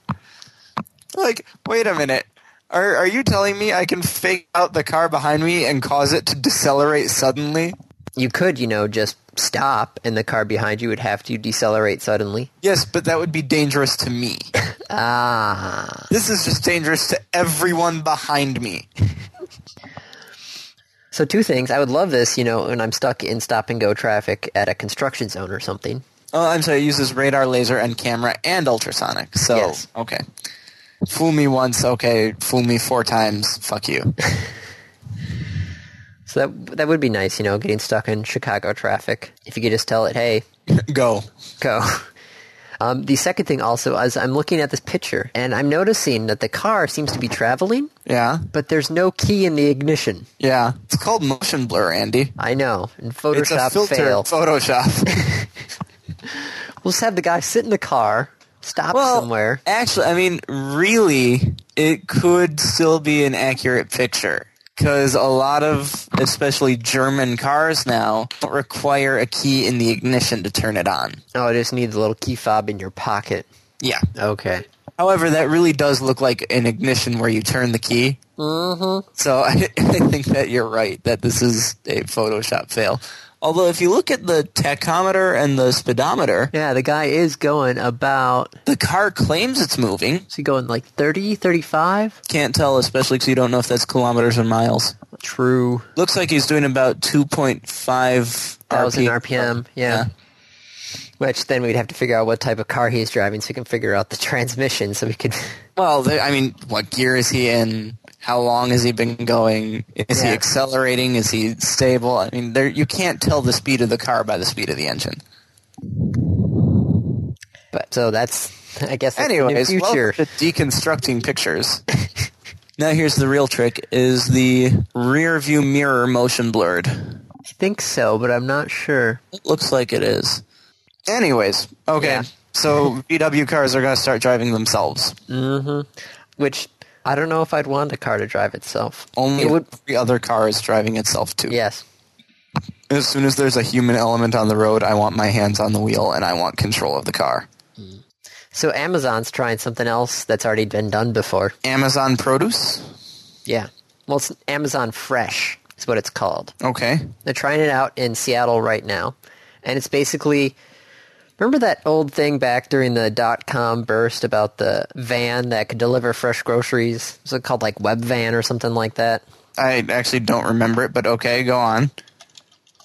[SPEAKER 2] like, wait a minute. Are, are you telling me I can fake out the car behind me and cause it to decelerate suddenly?
[SPEAKER 1] you could, you know, just stop and the car behind you would have to decelerate suddenly.
[SPEAKER 2] Yes, but that would be dangerous to me.
[SPEAKER 1] Ah.
[SPEAKER 2] This is just dangerous to everyone behind me.
[SPEAKER 1] So two things. I would love this, you know, when I'm stuck in stop and go traffic at a construction zone or something.
[SPEAKER 2] Oh, I'm sorry. It uses radar, laser, and camera, and ultrasonic. So
[SPEAKER 1] Yes.
[SPEAKER 2] okay, fool me once, okay. Fool me four times, fuck you.
[SPEAKER 1] So that that would be nice, you know, getting stuck in Chicago traffic. If you could just tell it, "Hey,
[SPEAKER 2] Go.
[SPEAKER 1] go." Um, the second thing also is I'm looking at this picture and I'm noticing that the car seems to be traveling,
[SPEAKER 2] Yeah,
[SPEAKER 1] but there's no key in the ignition.
[SPEAKER 2] yeah. It's called motion blur, Andy.
[SPEAKER 1] I know. And
[SPEAKER 2] It's a
[SPEAKER 1] Photoshop
[SPEAKER 2] filter, in
[SPEAKER 1] fail.
[SPEAKER 2] Photoshop.
[SPEAKER 1] We'll just have the guy sit in the car, stop
[SPEAKER 2] well,
[SPEAKER 1] somewhere.
[SPEAKER 2] actually, I mean, really, it could still be an accurate picture because a lot of, especially German cars now, don't require a key in the ignition to turn it on.
[SPEAKER 1] Oh, I just need the little key fob in your pocket.
[SPEAKER 2] Yeah.
[SPEAKER 1] Okay.
[SPEAKER 2] However, that really does look like an ignition where you turn the key. Mm-hmm. So I, I think that you're right that this is a Photoshop fail. Although if you look at the tachometer and the speedometer,
[SPEAKER 1] Yeah, the guy is going about,
[SPEAKER 2] the car claims it's moving.
[SPEAKER 1] is he going like 30, 35?
[SPEAKER 2] Can't tell, especially because you don't know if that's kilometers or miles.
[SPEAKER 1] True.
[SPEAKER 2] Looks like he's doing about 2.5
[SPEAKER 1] Thousand
[SPEAKER 2] RP.
[SPEAKER 1] RPM, yeah. Which then we'd have to figure out what type of car he's driving so we can figure out the transmission so we could...
[SPEAKER 2] Well, there- I mean, what gear is he in? How long has he been going? Is he
[SPEAKER 1] Yeah.
[SPEAKER 2] accelerating? Is he stable? I mean, there you can't tell the speed of the car by the speed of the engine.
[SPEAKER 1] But So that's, I guess, that's the new
[SPEAKER 2] Anyways,
[SPEAKER 1] future.
[SPEAKER 2] welcome to deconstructing pictures. now here's the real trick: is the rear view mirror motion blurred?
[SPEAKER 1] I think so, but I'm not sure.
[SPEAKER 2] It looks like it is. Anyways, okay.
[SPEAKER 1] Yeah.
[SPEAKER 2] So VW cars are going to start driving themselves.
[SPEAKER 1] Which, I don't know if I'd want the car to drive itself.
[SPEAKER 2] Only
[SPEAKER 1] It would,
[SPEAKER 2] every other car is driving itself too.
[SPEAKER 1] yes.
[SPEAKER 2] As soon as there's a human element on the road, I want my hands on the wheel and I want control of the car.
[SPEAKER 1] So Amazon's trying something else that's already been done before.
[SPEAKER 2] Amazon produce?
[SPEAKER 1] Yeah. Well, it's Amazon Fresh is what it's called.
[SPEAKER 2] Okay.
[SPEAKER 1] They're trying it out in Seattle right now. And it's basically remember that old thing back during the dot com burst about the van that could deliver fresh groceries? Was it called like Web Van or something like that?
[SPEAKER 2] I actually don't remember it, but okay, go on.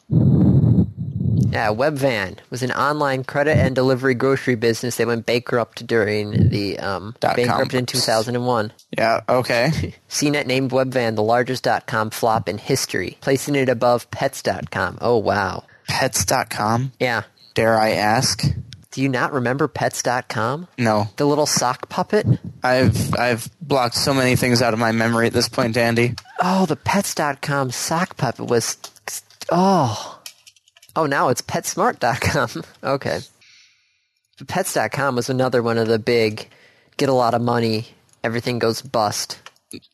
[SPEAKER 1] Yeah, Web Van was an online credit and delivery grocery business that went bankrupt during the um,
[SPEAKER 2] Dot com
[SPEAKER 1] bankrupt in
[SPEAKER 2] burst.
[SPEAKER 1] 2001.
[SPEAKER 2] Yeah, okay.
[SPEAKER 1] CNET named Webvan the largest .com flop in history, placing it above Pets.com. Oh wow,
[SPEAKER 2] Pets.com,
[SPEAKER 1] yeah.
[SPEAKER 2] dare I ask?
[SPEAKER 1] Do you not remember pets.com?
[SPEAKER 2] No,
[SPEAKER 1] The little sock puppet?
[SPEAKER 2] I've I've blocked so many things out of my memory at this point, Andy.
[SPEAKER 1] Oh, the pets.com sock puppet was. Oh. Oh, now it's petsmart.com. okay. But pets.com was another one of the big get a lot of money, everything goes bust.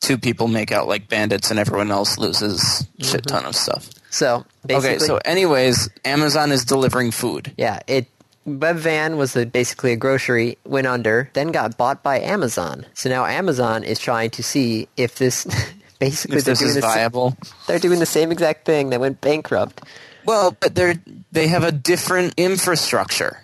[SPEAKER 2] Two people make out like bandits, and everyone else loses shit ton of stuff.
[SPEAKER 1] So, Mm-hmm. basically.
[SPEAKER 2] Okay, so anyways, Amazon is delivering food.
[SPEAKER 1] Yeah, it Webvan was a, basically a grocery went under, then got bought by Amazon. So now Amazon is trying to see if this basically
[SPEAKER 2] If
[SPEAKER 1] they're
[SPEAKER 2] this
[SPEAKER 1] doing
[SPEAKER 2] is
[SPEAKER 1] the sa-
[SPEAKER 2] viable.
[SPEAKER 1] they're doing the same exact thing that went bankrupt.
[SPEAKER 2] Well, but they're they have a different infrastructure.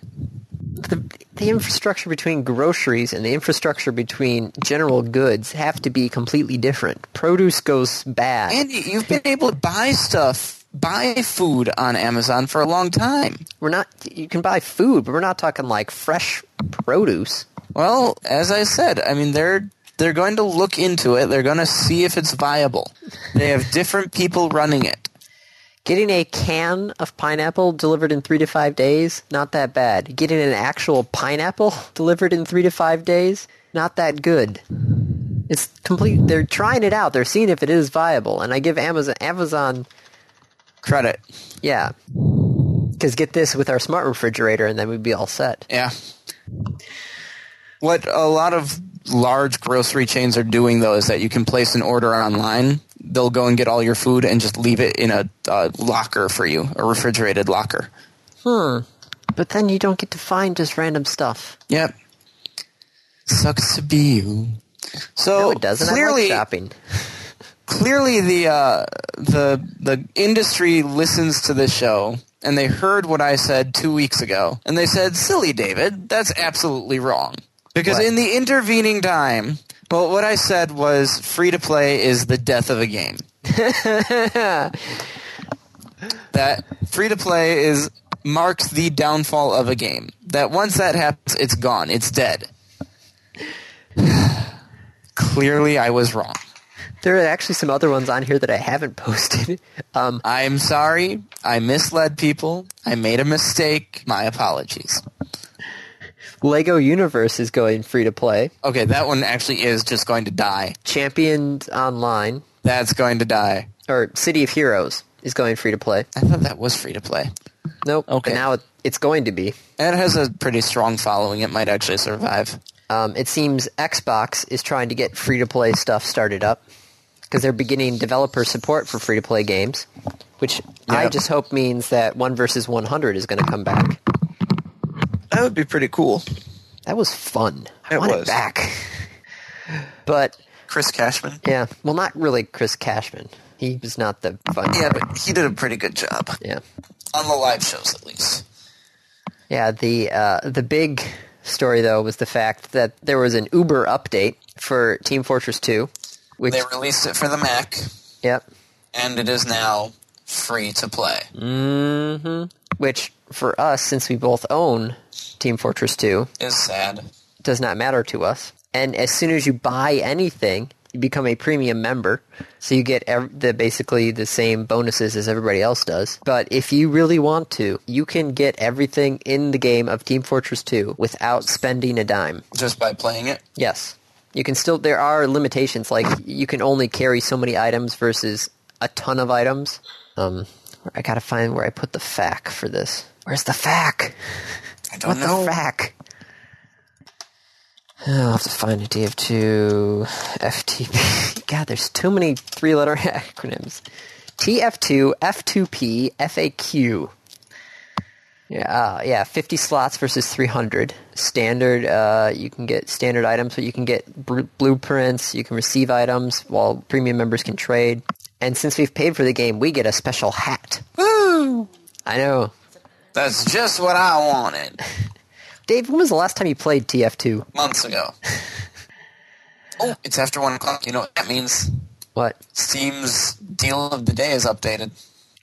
[SPEAKER 1] The, the infrastructure between groceries and the infrastructure between general goods have to be completely different. Produce goes bad.
[SPEAKER 2] Andy, you've been able to buy stuff, buy food on Amazon for a long time.
[SPEAKER 1] we're not you can buy food, but we're not talking like fresh produce.
[SPEAKER 2] Well, as I said, I mean they're they're going to look into it. They're going to see if it's viable. They have different people running it.
[SPEAKER 1] Getting a can of pineapple delivered in three to five days, not that bad. Getting an actual pineapple delivered in three to five days, not that good. It's complete. They're trying it out. They're seeing if it is viable. And I give Amazon, Amazon,
[SPEAKER 2] Credit.
[SPEAKER 1] yeah. Because get this with our smart refrigerator, and then we'd be all set.
[SPEAKER 2] Yeah. What a lot of large grocery chains are doing though is that you can place an order online. They'll go and get all your food and just leave it in a uh, locker for you, a refrigerated locker. Hmm.
[SPEAKER 1] But then you don't get to find just random stuff.
[SPEAKER 2] Yep. Sucks to be you. So
[SPEAKER 1] No, it doesn't. I like
[SPEAKER 2] Oh, clearly,
[SPEAKER 1] shopping.
[SPEAKER 2] clearly the uh, the the industry listens to this show and they heard what I said two weeks ago and they said, "Silly David, that's absolutely wrong." Because
[SPEAKER 1] What?
[SPEAKER 2] in the intervening time, well, what I said was free to play is the death of a game. that free to play is marks the downfall of a game. That once that happens, it's gone. It's dead. Clearly, I was wrong.
[SPEAKER 1] There are actually some other ones on here that I haven't posted. Um,
[SPEAKER 2] I'm sorry. I misled people. I made a mistake. My apologies.
[SPEAKER 1] Lego Universe is going free to play.
[SPEAKER 2] Okay, that one actually is just going to die.
[SPEAKER 1] Champions Online
[SPEAKER 2] That's going to die.
[SPEAKER 1] or City of Heroes is going free to play.
[SPEAKER 2] I thought that was free to play.
[SPEAKER 1] Nope.
[SPEAKER 2] Okay.
[SPEAKER 1] But now it, it's going to be.
[SPEAKER 2] It has a pretty strong following. It might actually survive.
[SPEAKER 1] Um, it seems Xbox is trying to get free to play stuff started up because they're beginning developer support for free to play games, which I
[SPEAKER 2] Yep.
[SPEAKER 1] just hope means that One versus One Hundred is going to come back.
[SPEAKER 2] That would be pretty cool.
[SPEAKER 1] That was fun. I
[SPEAKER 2] It
[SPEAKER 1] want it
[SPEAKER 2] was.
[SPEAKER 1] back. but
[SPEAKER 2] Chris Cashman.
[SPEAKER 1] yeah, well, not really. Chris Cashman. He was not the fun.
[SPEAKER 2] Yeah, but he did a pretty good job
[SPEAKER 1] Yeah.
[SPEAKER 2] on the live shows, at least.
[SPEAKER 1] Yeah, the uh, the big story though was the fact that there was an Uber update for Team Fortress 2, which
[SPEAKER 2] They released it for the Mac,
[SPEAKER 1] yep,
[SPEAKER 2] and it is now free to play.
[SPEAKER 1] which for us since we both own Team Fortress 2
[SPEAKER 2] Is sad.
[SPEAKER 1] does not matter to us. And as soon as you buy anything, you become a premium member, so you get ev- the basically the same bonuses as everybody else does. But if you really want to, you can get everything in the game of Team Fortress 2 without spending a dime.
[SPEAKER 2] just by playing it.
[SPEAKER 1] Yes. You can still there are limitations like you can only carry so many items versus a ton of items. Um I got to find where I put the fac for this. Where's the fac?
[SPEAKER 2] I
[SPEAKER 1] What
[SPEAKER 2] don't
[SPEAKER 1] the
[SPEAKER 2] know.
[SPEAKER 1] fac? Oh, I'll have to find a DF2 FTP. God, there's too many three-letter acronyms. TF2, F2P, FAQ. Yeah, uh, yeah, 50 slots versus 300. Standard, uh, you can get standard items, but you can get br- blueprints, you can receive items, while premium members can trade. And since we've paid for the game, we get a special hat.
[SPEAKER 2] Woo!
[SPEAKER 1] I know.
[SPEAKER 2] That's just what I wanted
[SPEAKER 1] Dave, when was the last time you played TF2?
[SPEAKER 2] months ago. oh, it's after one o'clock. You know what that means?
[SPEAKER 1] What?
[SPEAKER 2] Steam's deal of the day is updated.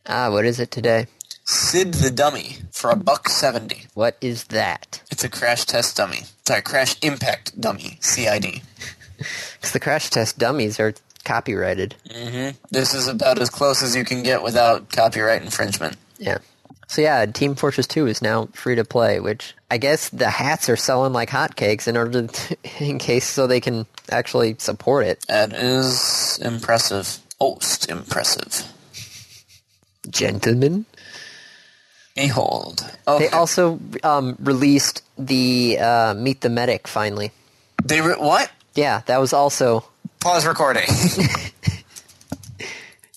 [SPEAKER 1] Ah, what is it today?
[SPEAKER 2] Sid the dummy for a buck seventy.
[SPEAKER 1] What is that?
[SPEAKER 2] It's a crash test dummy. Sorry, crash impact dummy. CID.
[SPEAKER 1] Because the crash test dummies are copyrighted.
[SPEAKER 2] This is about as close as you can get without copyright infringement.
[SPEAKER 1] Yeah. So yeah, Team Fortress 2 is now free to play, which I guess the hats are selling like hotcakes in order to, in case so they can actually support it.
[SPEAKER 3] That is impressive. Most impressive.
[SPEAKER 1] Gentlemen,
[SPEAKER 3] Behold. Okay.
[SPEAKER 2] Oh,
[SPEAKER 1] they also um, released the uh, Meet the Medic finally.
[SPEAKER 3] They re- what?
[SPEAKER 1] Yeah, that was also.
[SPEAKER 3] Pause recording.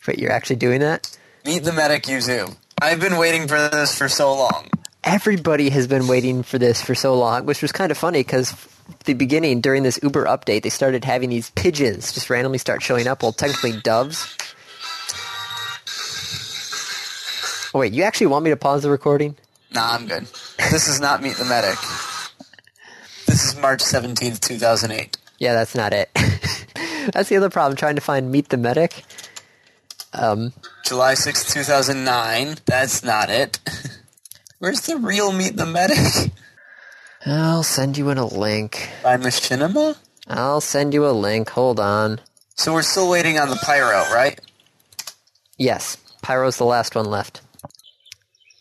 [SPEAKER 1] Wait, you're actually doing that?
[SPEAKER 3] Meet the medic you do. I've been waiting for this for so long.
[SPEAKER 1] Everybody has been waiting for this for so long, which was kind of funny because the beginning during this Uber update, they started having these pigeons just randomly start showing up. Well, technically doves. Oh wait, you actually want me to pause the recording?
[SPEAKER 3] Nah, I'm good. This is not Meet the Medic. This is March 17th, 2008.
[SPEAKER 1] Yeah, that's not it. that's the other problem. Trying to find Meet the Medic.
[SPEAKER 3] July 6th, 2009. That's not it. Where's the real Meet the Medic?
[SPEAKER 1] I'll send you in a link.
[SPEAKER 3] By Machinima?
[SPEAKER 1] I'll send you a link. Hold on.
[SPEAKER 3] So we're still waiting on the pyro, right?
[SPEAKER 1] Yes, Pyro's the last one left.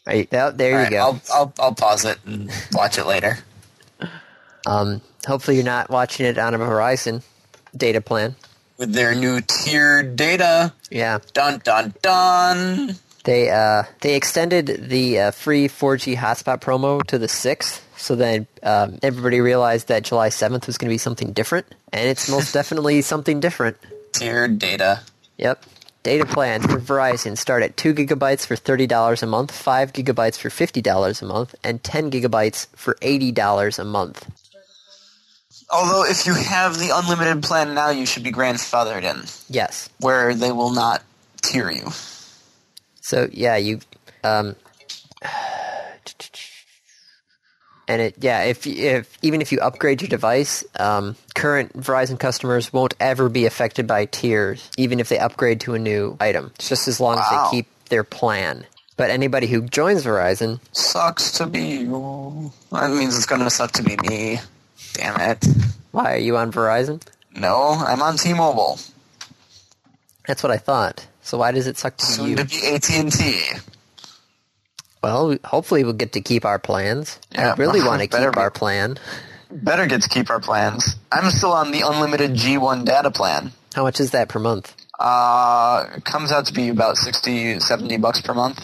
[SPEAKER 1] Right, that, there you
[SPEAKER 3] Alright,
[SPEAKER 1] go.
[SPEAKER 3] I'll, I'll, I'll pause it and watch it later.
[SPEAKER 1] Um, hopefully you're not watching it on a Verizon data plan.
[SPEAKER 3] With their new tiered data.
[SPEAKER 1] Yeah,
[SPEAKER 3] Dun dun dun.
[SPEAKER 1] they uh, they extended the uh, free 4G hotspot promo to the sixth, so then um, everybody realized that July 7th was going to be something different, and it's most definitely something different.
[SPEAKER 3] Tiered data.
[SPEAKER 1] Yep. Data plans for Verizon start at 2 gigabytes for $30 a month, 5 gigabytes for $50 a month, and 10 gigabytes for $80 a month.
[SPEAKER 2] Although, if you have the unlimited plan now, you should be grandfathered in,
[SPEAKER 1] Yes.
[SPEAKER 2] where they will not tier you.
[SPEAKER 1] So yeah, you um and it yeah, if if even if you upgrade your device, um current Verizon customers won't ever be affected by tiers even if they upgrade to a new item. It's just as long as
[SPEAKER 2] Wow.
[SPEAKER 1] they keep their plan. But anybody who joins Verizon,
[SPEAKER 2] Sucks to be you. That means it's gonna suck to be me. Damn it.
[SPEAKER 1] why are you on Verizon?
[SPEAKER 2] No, I'm on T-Mobile.
[SPEAKER 1] That's what I thought. So why does it suck to be
[SPEAKER 2] Soon
[SPEAKER 1] you?
[SPEAKER 2] to be AT&T.
[SPEAKER 1] Well, hopefully we'll get to keep our plans.
[SPEAKER 2] Yeah,
[SPEAKER 1] I really want to
[SPEAKER 2] better
[SPEAKER 1] keep
[SPEAKER 2] be.
[SPEAKER 1] our plan.
[SPEAKER 2] Better get to keep our plans. I'm still on the unlimited G1 data plan.
[SPEAKER 1] How much is that per month?
[SPEAKER 2] Uh, it comes out to be about 60, 70 bucks per month.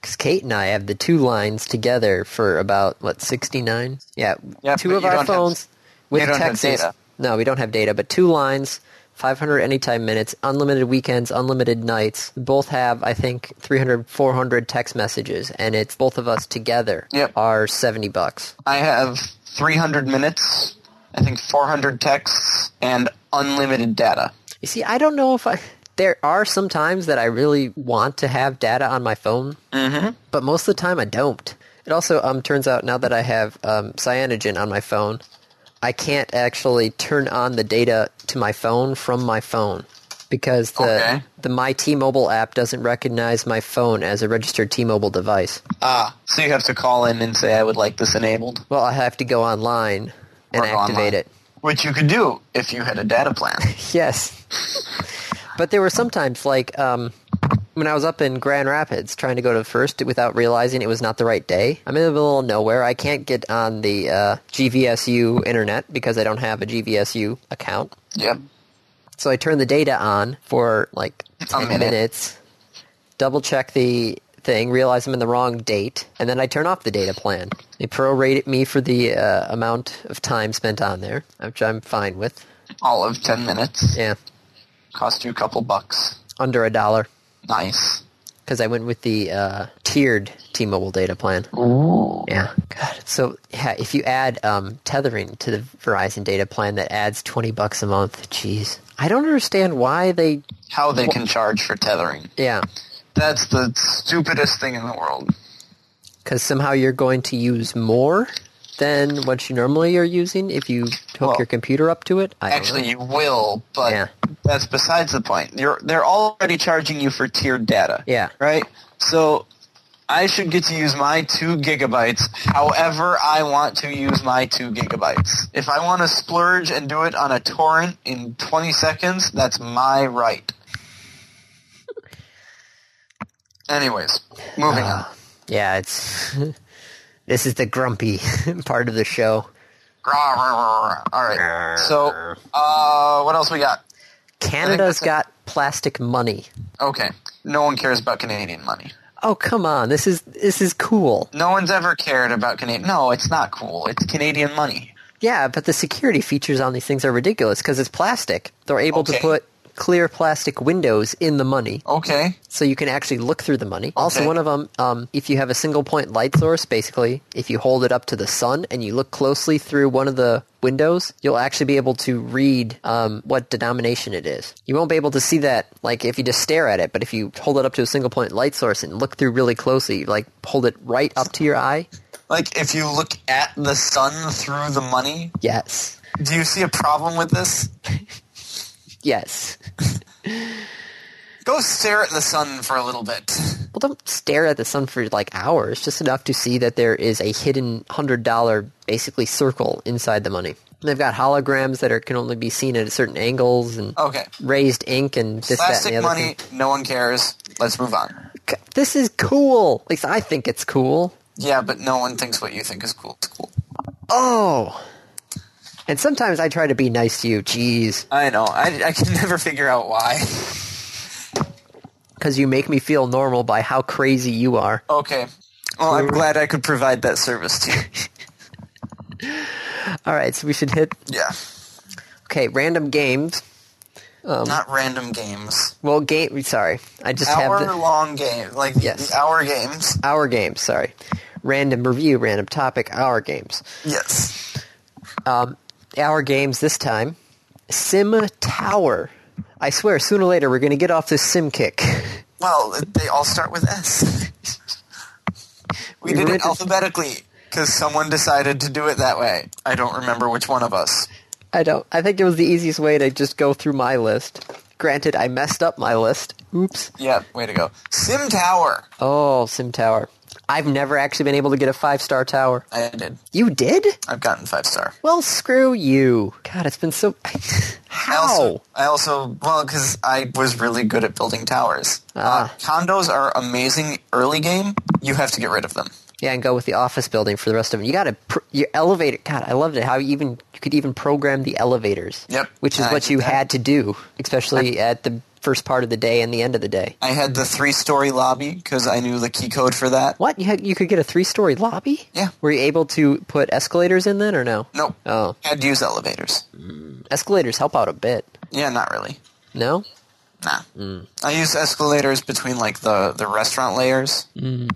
[SPEAKER 1] Because Kate and I have the two lines together for about what sixty nine. Yeah,
[SPEAKER 2] Yeah,
[SPEAKER 1] two
[SPEAKER 2] but
[SPEAKER 1] of
[SPEAKER 2] you don't
[SPEAKER 1] our
[SPEAKER 2] have-
[SPEAKER 1] phones with
[SPEAKER 2] you don't have
[SPEAKER 1] Texas.
[SPEAKER 2] data.
[SPEAKER 1] No, we don't have data, but two lines, five hundred anytime minutes, unlimited weekends, unlimited nights. We Both have I think 300, 400 text messages, and it's both of us together
[SPEAKER 2] Yep.
[SPEAKER 1] are seventy bucks.
[SPEAKER 2] I have 300 minutes, I think 400 texts, and unlimited data.
[SPEAKER 1] You see, I don't know if I. There are some times that I really want to have data on my phone,
[SPEAKER 2] Mm-hmm.
[SPEAKER 1] but most of the time I don't. It also um, turns out now that I have um, cyanogen on my phone, I can't actually turn on the data to my phone from my phone because the
[SPEAKER 2] Okay.
[SPEAKER 1] the My T-Mobile app doesn't recognize my phone as a registered T-Mobile device.
[SPEAKER 2] Ah, so you have to call in and say, I would like this enabled.
[SPEAKER 1] Well, I have to go online and
[SPEAKER 2] Or go
[SPEAKER 1] activate
[SPEAKER 2] online.
[SPEAKER 1] it.
[SPEAKER 2] Which you could do if you had a data plan.
[SPEAKER 1] Yes. but there were sometimes like um when I was up in Grand Rapids trying to go to the first without realizing it was not the right day. I'm in the middle of nowhere. I can't get on the uh, GVSU internet because I don't have a GVSU account.
[SPEAKER 2] yep.
[SPEAKER 1] So I turn the data on for like 10
[SPEAKER 2] minute.
[SPEAKER 1] minutes, double check the thing, realize I'm in the wrong date, and then I turn off the data plan. They prorate me for the uh, amount of time spent on there, which I'm fine with.
[SPEAKER 2] All of 10 minutes.
[SPEAKER 1] Yeah,
[SPEAKER 2] Cost you a couple bucks.
[SPEAKER 1] under a dollar.
[SPEAKER 2] Nice.
[SPEAKER 1] because I went with the uh, tiered T-Mobile data plan.
[SPEAKER 2] Oh. Ooh.
[SPEAKER 1] Yeah, God. So yeah, if you add um, tethering to the Verizon data plan, that adds twenty bucks a month. Jeez, I don't understand why they.
[SPEAKER 2] How they can charge for tethering.
[SPEAKER 1] Yeah,
[SPEAKER 2] That's the stupidest thing in the world.
[SPEAKER 1] because somehow you're going to use more than what you normally are using if you hook
[SPEAKER 2] Well,
[SPEAKER 1] your computer up to it. I don't know.
[SPEAKER 2] Actually, you will, but
[SPEAKER 1] Yeah.
[SPEAKER 2] that's besides the point. You're, they're already charging you for tiered data.
[SPEAKER 1] Yeah.
[SPEAKER 2] Right? So I should get to use my two gigabytes however I want to use my two gigabytes. If I want to splurge and do it on a torrent in 20 seconds, that's my right. Anyways, moving on.
[SPEAKER 1] Yeah, it's this is the grumpy part of the show.
[SPEAKER 2] Rah, rah, rah, rah. All right. So, uh, what else we got?
[SPEAKER 1] Canada's
[SPEAKER 2] that's it.
[SPEAKER 1] got plastic money.
[SPEAKER 2] Okay. No one cares about Canadian money.
[SPEAKER 1] Oh come on, this is this is cool.
[SPEAKER 2] No one's ever cared about Canadian. No, it's not cool. It's Canadian money.
[SPEAKER 1] Yeah, but the security features on these things are ridiculous because it's plastic. They're able to
[SPEAKER 2] Okay.
[SPEAKER 1] put clear plastic windows in the money
[SPEAKER 2] Okay.
[SPEAKER 1] so you can actually look through the money. Also,
[SPEAKER 2] Okay.
[SPEAKER 1] one of them, um, if you have a single point light source, basically, if you hold it up to the sun and you look closely through one of the windows, you'll actually be able to read um, what denomination it is. You won't be able to see that, like, if you just stare at it, but if you hold it up to a single point light source and look through really closely, like, hold it right up to your eye,
[SPEAKER 2] Like, if you look at the sun through the money,
[SPEAKER 1] yes.
[SPEAKER 2] do you see a problem with this?
[SPEAKER 1] Yes.
[SPEAKER 2] Go stare at the sun for a little bit.
[SPEAKER 1] Well, don't stare at the sun for like hours, just enough to see that there is a hidden $100 basically circle inside the money. And they've got holograms that are, can only be seen at certain angles and
[SPEAKER 2] Okay.
[SPEAKER 1] raised ink and this, that,
[SPEAKER 2] Oh. Plastic
[SPEAKER 1] and the other
[SPEAKER 2] money, no one cares. Let's move on.
[SPEAKER 1] thing. This is cool. At least I think it's cool.
[SPEAKER 2] Yeah, but no one thinks what you think is cool. It's cool.
[SPEAKER 1] Oh. And sometimes I try to be nice to you. Jeez.
[SPEAKER 2] I know. I, I can never figure out why.
[SPEAKER 1] Because you make me feel normal by how crazy you are.
[SPEAKER 2] Okay. Well, I'm glad I could provide that service to you.
[SPEAKER 1] All right, so we should hit.
[SPEAKER 2] Yeah.
[SPEAKER 1] Okay, random games.
[SPEAKER 2] Not random games.
[SPEAKER 1] Well, game. Sorry. I just have. the-
[SPEAKER 2] Hour long game. Like
[SPEAKER 1] Yes.
[SPEAKER 2] the hour games.
[SPEAKER 1] Our games, sorry. Random review, random topic, our games.
[SPEAKER 2] Yes.
[SPEAKER 1] Our games this time. Sim Tower. I swear, sooner or later, we're going to get off this sim kick.
[SPEAKER 2] Well, they all start with S. we
[SPEAKER 1] We
[SPEAKER 2] did
[SPEAKER 1] were
[SPEAKER 2] it
[SPEAKER 1] just-
[SPEAKER 2] alphabetically because someone decided to do it that way. I don't remember which one of us.
[SPEAKER 1] I don't. I think it was the easiest way to just go through my list. Granted, I messed up my list. Oops.
[SPEAKER 2] Yeah, way to go. Sim Tower.
[SPEAKER 1] Oh, Sim Tower. I've never actually been able to get a five star tower.
[SPEAKER 2] I did.
[SPEAKER 1] You did?
[SPEAKER 2] I've gotten five star.
[SPEAKER 1] Well, screw you. God, it's been so. How?
[SPEAKER 2] I also, I also well, because I was really good at building towers. Uh,
[SPEAKER 1] Ah.
[SPEAKER 2] condos are amazing early game. You have to get rid of them.
[SPEAKER 1] Yeah, and go with the office building for the rest of it. You got to pr- your elevator. God, I loved it. How you even you could even program the elevators.
[SPEAKER 2] Yep.
[SPEAKER 1] Which is
[SPEAKER 2] I
[SPEAKER 1] what
[SPEAKER 2] did
[SPEAKER 1] you
[SPEAKER 2] that.
[SPEAKER 1] had to do, especially at the first part of the day and the end of the day.
[SPEAKER 2] I had the three-story lobby because I knew the key code for that.
[SPEAKER 1] What you had? You could get a three-story lobby.
[SPEAKER 2] Yeah.
[SPEAKER 1] Were you able to put escalators in then, or no?
[SPEAKER 2] Nope.
[SPEAKER 1] Oh,
[SPEAKER 2] Had to use elevators.
[SPEAKER 1] escalators help out a bit.
[SPEAKER 2] Yeah, not really.
[SPEAKER 1] No.
[SPEAKER 2] Nah. I use escalators between like the the restaurant layers. Mm.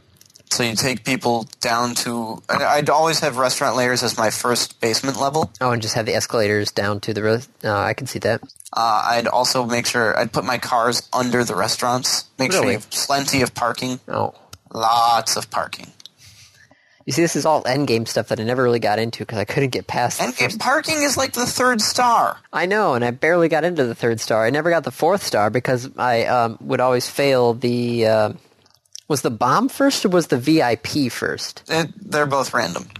[SPEAKER 2] So you take people down to. I- I'd always have restaurant layers as my first basement level.
[SPEAKER 1] Oh, and just have the escalators down to the. Re- oh, I can see that.
[SPEAKER 2] Uh, I'd also make sure I'd put my cars under the restaurants. Make sure
[SPEAKER 1] Really?
[SPEAKER 2] you have plenty of parking.
[SPEAKER 1] Oh.
[SPEAKER 2] Lots of parking.
[SPEAKER 1] You see, this is all endgame stuff that I never really got into because I couldn't get past. the
[SPEAKER 2] And
[SPEAKER 1] first-
[SPEAKER 2] parking is like the third star.
[SPEAKER 1] I know, and I barely got into the third star. I never got the fourth star because I um, would always fail the. Uh, was the bomb first or was the VIP first?
[SPEAKER 2] It, they're both random.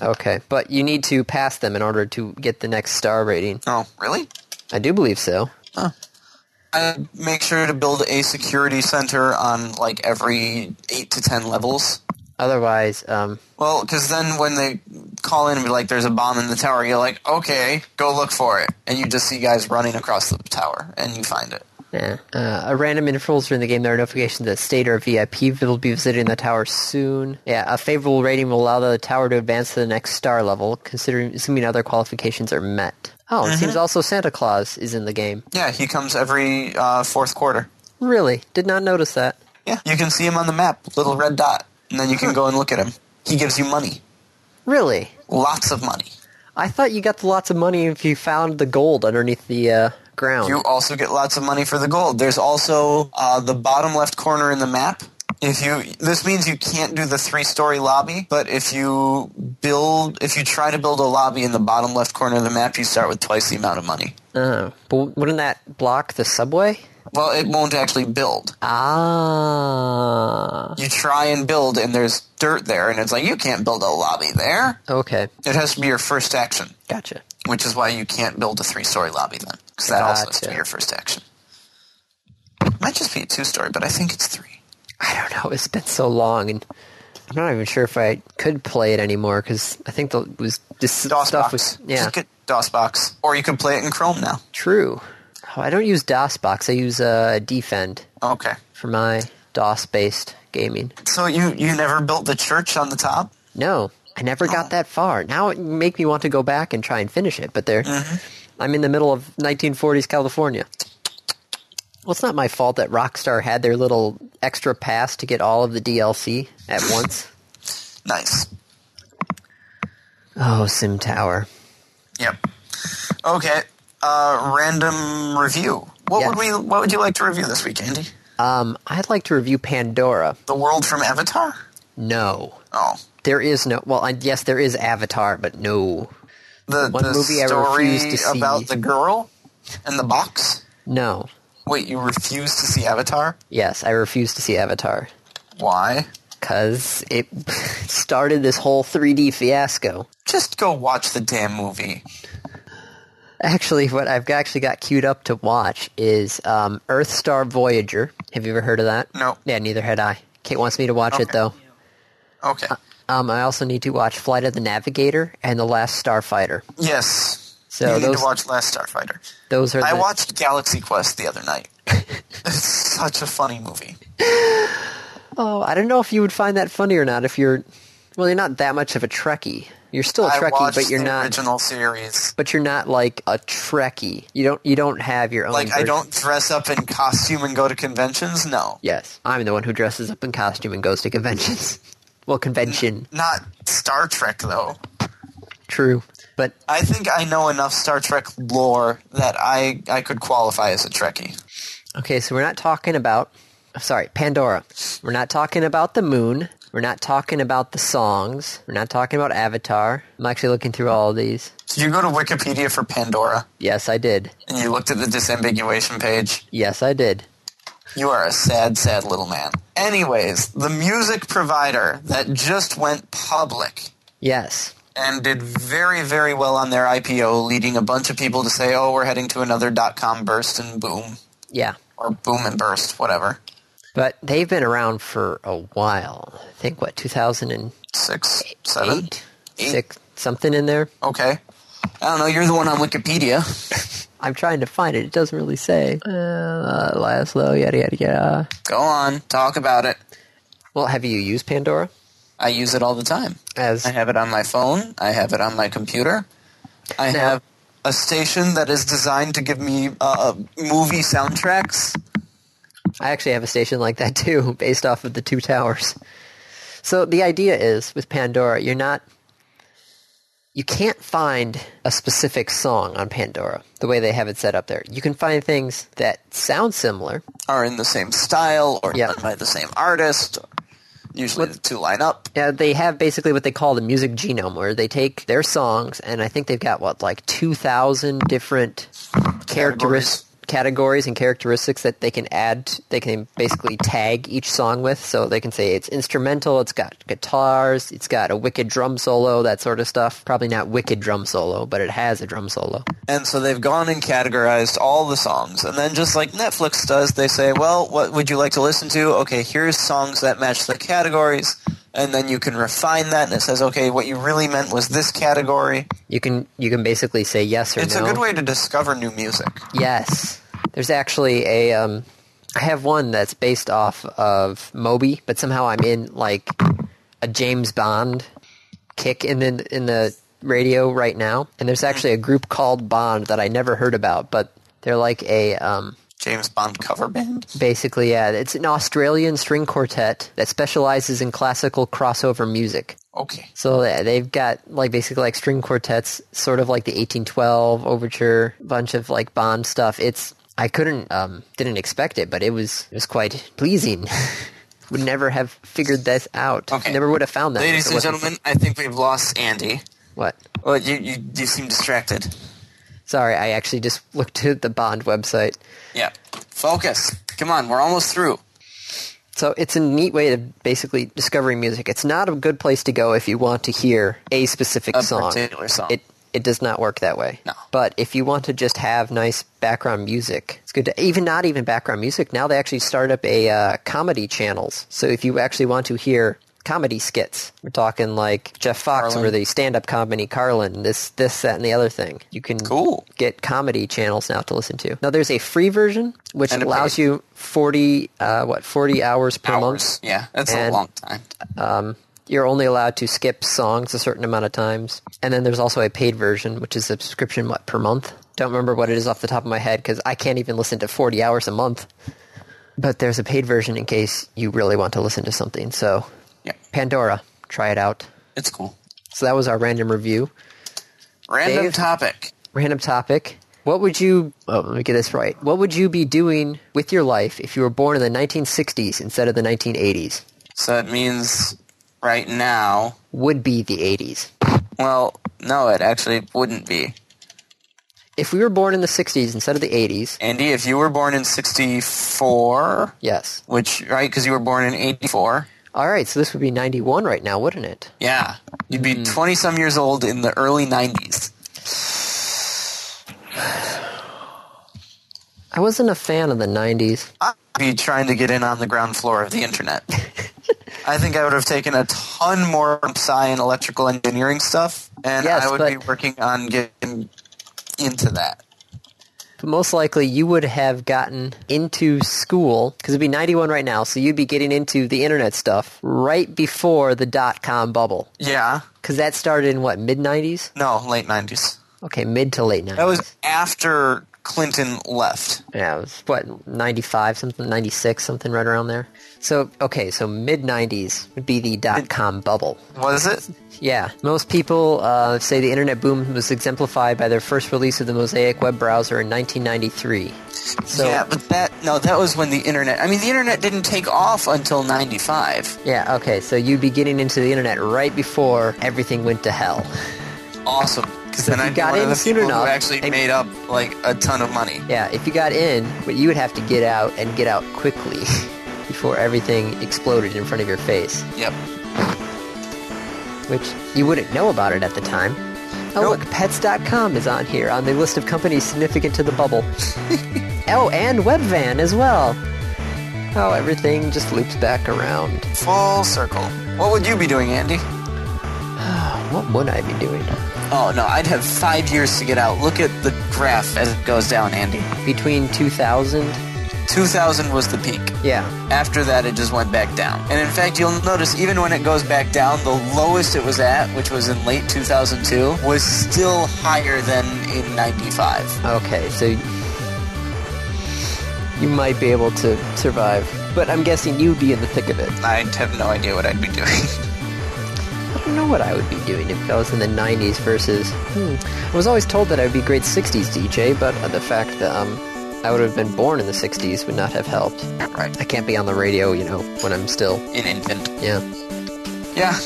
[SPEAKER 1] Okay, but you need to pass them in order to get the next star rating.
[SPEAKER 2] Oh, really?
[SPEAKER 1] I do believe so.
[SPEAKER 2] I make sure to build a security center on like every eight to ten levels.
[SPEAKER 1] Otherwise, um,
[SPEAKER 2] Well, because then when they call in and be like, "There's a bomb in the tower," you're like, "Okay, go look for it," and you just see guys running across the tower, and you find it.
[SPEAKER 1] eh. uh, at random intervals during the game, there are notifications that state or VIP will be visiting the tower soon. Yeah, a favorable rating will allow the tower to advance to the next star level, considering assuming other qualifications are met. Oh, it seems also Santa Claus is in the game.
[SPEAKER 2] Yeah, he comes every uh, fourth quarter.
[SPEAKER 1] Really? Did not notice that.
[SPEAKER 2] Yeah, you can see him on the map, little red dot, and then you can go and look at him. He gives you money,
[SPEAKER 1] Really?
[SPEAKER 2] lots of money.
[SPEAKER 1] I thought you got the lots of money if you found the gold underneath the uh, ground.
[SPEAKER 2] You also get lots of money for the gold. There's also uh, the bottom left corner in the map. If you this means you can't do the three story lobby, but if you build if you try to build a lobby in the bottom left corner of the map, you start with twice the amount of money.
[SPEAKER 1] Oh, but wouldn't that block the subway?
[SPEAKER 2] Well, it won't actually build.
[SPEAKER 1] Ah.
[SPEAKER 2] You try and build and there's dirt there and it's like you can't build a lobby there.
[SPEAKER 1] Okay,
[SPEAKER 2] It has to be your first action,
[SPEAKER 1] gotcha.
[SPEAKER 2] which is why you can't build a three story lobby then. Because that also has to
[SPEAKER 1] Gotcha.
[SPEAKER 2] be your first action. Might just be a two story, but I think it's three.
[SPEAKER 1] I don't know. It's been so long, and I'm not even sure if I could play it anymore because I think the it was this
[SPEAKER 2] DOSBox.
[SPEAKER 1] stuff was yeah
[SPEAKER 2] Just get DOSBox, or you can play it in Chrome now.
[SPEAKER 1] true. Oh, I don't use DOSBox. I use uh, Defend
[SPEAKER 2] Okay.
[SPEAKER 1] for my DOS based gaming.
[SPEAKER 2] So you you never built the church on the top?
[SPEAKER 1] No, I never got that far. Now it make me want to go back and try and finish it, but there, I'm in the middle of 1940s California. Well, it's not my fault that Rockstar had their little extra pass to get all of the DLC at once.
[SPEAKER 2] Nice.
[SPEAKER 1] Oh, Sim Tower.
[SPEAKER 2] Yep. Okay. Uh, random review. What
[SPEAKER 1] Yes.
[SPEAKER 2] would we? What would you like to review this week, Andy?
[SPEAKER 1] Um, I'd like to review Pandora.
[SPEAKER 2] The world from Avatar?
[SPEAKER 1] No,
[SPEAKER 2] Oh,
[SPEAKER 1] there is no. Well, I, yes, there is Avatar, but no,
[SPEAKER 2] the
[SPEAKER 1] One
[SPEAKER 2] the
[SPEAKER 1] movie I
[SPEAKER 2] story
[SPEAKER 1] refuse to see.
[SPEAKER 2] about the girl and the box.
[SPEAKER 1] no.
[SPEAKER 2] Wait, you refuse to see Avatar?
[SPEAKER 1] Yes, I refuse to see Avatar
[SPEAKER 2] Why?
[SPEAKER 1] because it started this whole 3D fiasco.
[SPEAKER 2] Just go watch the damn movie.
[SPEAKER 1] Actually, what I've got- actually got queued up to watch is um, Earth Star Voyager. Have you ever heard of that?
[SPEAKER 2] No.
[SPEAKER 1] Yeah, neither had I. Kate wants me to watch it
[SPEAKER 2] Okay.
[SPEAKER 1] though.
[SPEAKER 2] Okay.
[SPEAKER 1] Um, I also need to watch Flight of the Navigator and The Last Starfighter.
[SPEAKER 2] Yes.
[SPEAKER 1] So
[SPEAKER 2] you need
[SPEAKER 1] those-
[SPEAKER 2] to watch Last Starfighter.
[SPEAKER 1] Those are
[SPEAKER 2] I
[SPEAKER 1] the,
[SPEAKER 2] watched Galaxy Quest the other night. it's such a funny movie.
[SPEAKER 1] Oh, I don't know if you would find that funny or not. If you're, well, you're not that much of a Trekkie. You're still a
[SPEAKER 2] I
[SPEAKER 1] Trekkie,
[SPEAKER 2] watched
[SPEAKER 1] but you're
[SPEAKER 2] the
[SPEAKER 1] not.
[SPEAKER 2] original series.
[SPEAKER 1] But you're not like a Trekkie. You don't. You don't have your own.
[SPEAKER 2] Like I
[SPEAKER 1] version.
[SPEAKER 2] don't dress up in costume and go to conventions. No,
[SPEAKER 1] Yes, I'm the one who dresses up in costume and goes to conventions. well, convention,
[SPEAKER 2] not Star Trek though.
[SPEAKER 1] true, but
[SPEAKER 2] I think I know enough Star Trek lore that I I could qualify as a Trekkie.
[SPEAKER 1] Okay, so we're not talking about. Sorry, Pandora. We're not talking about the moon. We're not talking about the songs. We're not talking about Avatar. I'm actually looking through all of these.
[SPEAKER 2] So you go to Wikipedia for Pandora
[SPEAKER 1] Yes, I did.
[SPEAKER 2] and you looked at the disambiguation page.
[SPEAKER 1] Yes, I did.
[SPEAKER 2] You are a sad, sad little man. Anyways, the music provider that just went public
[SPEAKER 1] Yes.
[SPEAKER 2] and did very, very well on their IPO, leading a bunch of people to say, oh, we're heading to another dot com burst and boom,
[SPEAKER 1] Yeah.
[SPEAKER 2] or boom and burst, whatever.
[SPEAKER 1] But they've been around for a while. I think, what, 2008?
[SPEAKER 2] Six, seven, Eight.
[SPEAKER 1] Six, something in there?
[SPEAKER 2] Okay. I don't know. You're the one on Wikipedia.
[SPEAKER 1] I'm trying to find it. It doesn't really say. Uh, Laszlo, yada, yada, yada.
[SPEAKER 2] Go on. Talk about it.
[SPEAKER 1] Well, have you used Pandora?
[SPEAKER 2] I use it all the time.
[SPEAKER 1] As
[SPEAKER 2] I have it on my phone. I have it on my computer. I
[SPEAKER 1] Now-
[SPEAKER 2] have a station that is designed to give me uh, movie soundtracks.
[SPEAKER 1] I actually have a station like that too, based off of the two towers. So the idea is with Pandora, you're not you can't find a specific song on Pandora the way they have it set up there. You can find things that sound similar.
[SPEAKER 2] Are in the same style or
[SPEAKER 1] Yeah.
[SPEAKER 2] done by the same artist. Usually the two line up.
[SPEAKER 1] Now, they have basically what they call the music genome, where they take their songs, and I think they've got what like two thousand different characteristics, categories, and characteristics that they can add. They can basically tag each song with, so they can say it's instrumental, it's got guitars, it's got a wicked drum solo, that sort of stuff. Probably not wicked drum solo, but it has a drum solo.
[SPEAKER 2] And so they've gone and categorized all the songs. And then just like Netflix does, they say, well, what would you like to listen to? Okay, here's songs that match the categories. And then you can refine that. And it says, okay, what you really meant was this category.
[SPEAKER 1] You can you can basically say yes or
[SPEAKER 2] It's
[SPEAKER 1] no.
[SPEAKER 2] a good way to discover new music.
[SPEAKER 1] Yes. There's actually a um I have one that's based off of Moby, but somehow I'm in like a James Bond kick in the in the radio right now. And there's actually a group called Bond that I never heard about, but they're like a um
[SPEAKER 2] James Bond cover band.
[SPEAKER 1] basically yeah, it's an Australian string quartet that specializes in classical crossover music.
[SPEAKER 2] Okay.
[SPEAKER 1] So they- they've got like basically like string quartets, sort of like the 1812 overture, bunch of like Bond stuff. It's I couldn't um didn't expect it, but it was it was quite pleasing. would never have figured this out.
[SPEAKER 2] Okay.
[SPEAKER 1] Never would have found that. if
[SPEAKER 2] Ladies
[SPEAKER 1] it
[SPEAKER 2] and
[SPEAKER 1] wasn't-
[SPEAKER 2] gentlemen, I think we've lost Andy.
[SPEAKER 1] what?
[SPEAKER 2] Well, you, you, you seem distracted.
[SPEAKER 1] Sorry, I actually just looked at the Bond website.
[SPEAKER 2] Yeah. Focus. Come on, we're almost through.
[SPEAKER 1] So it's a neat way to basically discovering music. It's not a good place to go if you want to hear a specific
[SPEAKER 2] A
[SPEAKER 1] song.
[SPEAKER 2] particular song.
[SPEAKER 1] It It does not work that way.
[SPEAKER 2] No.
[SPEAKER 1] But if you want to just have nice background music, it's good to even not even background music. Now they actually start up a uh, comedy channels. So if you actually want to hear comedy skits, we're talking like Jeff Fox
[SPEAKER 2] Carlin.
[SPEAKER 1] or the stand-up comedy Carlin, this this that and the other thing. You can
[SPEAKER 2] Cool.
[SPEAKER 1] get comedy channels now to listen to. Now there's a free version which
[SPEAKER 2] And a
[SPEAKER 1] allows
[SPEAKER 2] paid.
[SPEAKER 1] you 40 uh, what 40 hours per
[SPEAKER 2] Hours.
[SPEAKER 1] month.
[SPEAKER 2] Yeah, that's
[SPEAKER 1] And-
[SPEAKER 2] a long time.
[SPEAKER 1] Um, you're only allowed to skip songs a certain amount of times, and then there's also a paid version, which is subscription what per month. Don't remember what it is off the top of my head because I can't even listen to 40 hours a month. But there's a paid version in case you really want to listen to something. So
[SPEAKER 2] Yeah,
[SPEAKER 1] Pandora, try it out.
[SPEAKER 2] it's cool.
[SPEAKER 1] So that was our random review,
[SPEAKER 2] Random
[SPEAKER 1] Dave?
[SPEAKER 2] topic.
[SPEAKER 1] random topic. What would you? Oh, let me get this right. What would you be doing with your life if you were born in the 1960s instead of the 1980s?
[SPEAKER 2] So that means right now.
[SPEAKER 1] Would be the 80s.
[SPEAKER 2] Well, no, it actually wouldn't be.
[SPEAKER 1] If we were born in the 60s instead of the 80s,
[SPEAKER 2] Andy, if you were born in 64,
[SPEAKER 1] yes.
[SPEAKER 2] which, right, because you were born in 84,
[SPEAKER 1] All right, so this would be 91 right now, wouldn't it?
[SPEAKER 2] yeah, you'd
[SPEAKER 1] Hmm.
[SPEAKER 2] be 20 some years old in the early 90s.
[SPEAKER 1] I wasn't a fan of the 90s.
[SPEAKER 2] I'd be trying to get in on the ground floor of the internet. I think I would have taken a ton more psi and electrical engineering stuff, and
[SPEAKER 1] Yes,
[SPEAKER 2] I would
[SPEAKER 1] but-
[SPEAKER 2] be working on getting into that.
[SPEAKER 1] But most likely you would have gotten into school, because it'd be 91 right now, so you'd be getting into the internet stuff right before the dot com bubble.
[SPEAKER 2] Yeah.
[SPEAKER 1] Because that started in what, mid 90s?
[SPEAKER 2] No, late 90s.
[SPEAKER 1] Okay, mid to late 90s.
[SPEAKER 2] That was after Clinton left.
[SPEAKER 1] yeah, it was what 95 something 96 something right around there. So okay, so mid 90s would be the dot com bubble.
[SPEAKER 2] Was it?
[SPEAKER 1] Yeah, most people uh, say the internet boom was exemplified by their first release of the Mosaic web browser in 1993. So,
[SPEAKER 2] yeah, but that no, that was when the internet. I mean, the internet didn't take off until '95.
[SPEAKER 1] yeah, okay, so you'd be getting into the internet right before everything went to hell.
[SPEAKER 2] Awesome, because
[SPEAKER 1] if
[SPEAKER 2] then
[SPEAKER 1] you
[SPEAKER 2] I'd be
[SPEAKER 1] got
[SPEAKER 2] one of
[SPEAKER 1] in
[SPEAKER 2] the
[SPEAKER 1] soon
[SPEAKER 2] people who
[SPEAKER 1] enough,
[SPEAKER 2] actually
[SPEAKER 1] they-
[SPEAKER 2] made up like a ton of money.
[SPEAKER 1] Yeah, if you got in, but you would have to get out and get out quickly before everything exploded in front of your face,
[SPEAKER 2] Yep.
[SPEAKER 1] which you wouldn't know about it at the time. Oh,
[SPEAKER 2] Nope.
[SPEAKER 1] look, pets.com is on here on the list of companies significant to the bubble. oh, and Webvan as well. Oh, everything just loops back around.
[SPEAKER 2] Full circle. What would you be doing, Andy?
[SPEAKER 1] What would I be doing?
[SPEAKER 2] Oh no, I'd have five years to get out. Look at the graph as it goes down, Andy.
[SPEAKER 1] Between 2000?
[SPEAKER 2] 2000 was the peak.
[SPEAKER 1] Yeah.
[SPEAKER 2] After that, it just went back down. And in fact, you'll notice even when it goes back down, the lowest it was at, which was in late 2002, was still higher than in 95.
[SPEAKER 1] Okay, so you might be able to survive. But I'm guessing you'd be in the thick of it.
[SPEAKER 2] I have no idea what I'd be doing.
[SPEAKER 1] I don't know what I would be doing if I was in the 90s versus. Hmm. I was always told that I would be a great 60s DJ, but the fact that um, I would have been born in the 60s would not have helped.
[SPEAKER 2] right.
[SPEAKER 1] I can't be on the radio, you know, when I'm still.
[SPEAKER 2] An infant.
[SPEAKER 1] Yeah.
[SPEAKER 2] Yeah.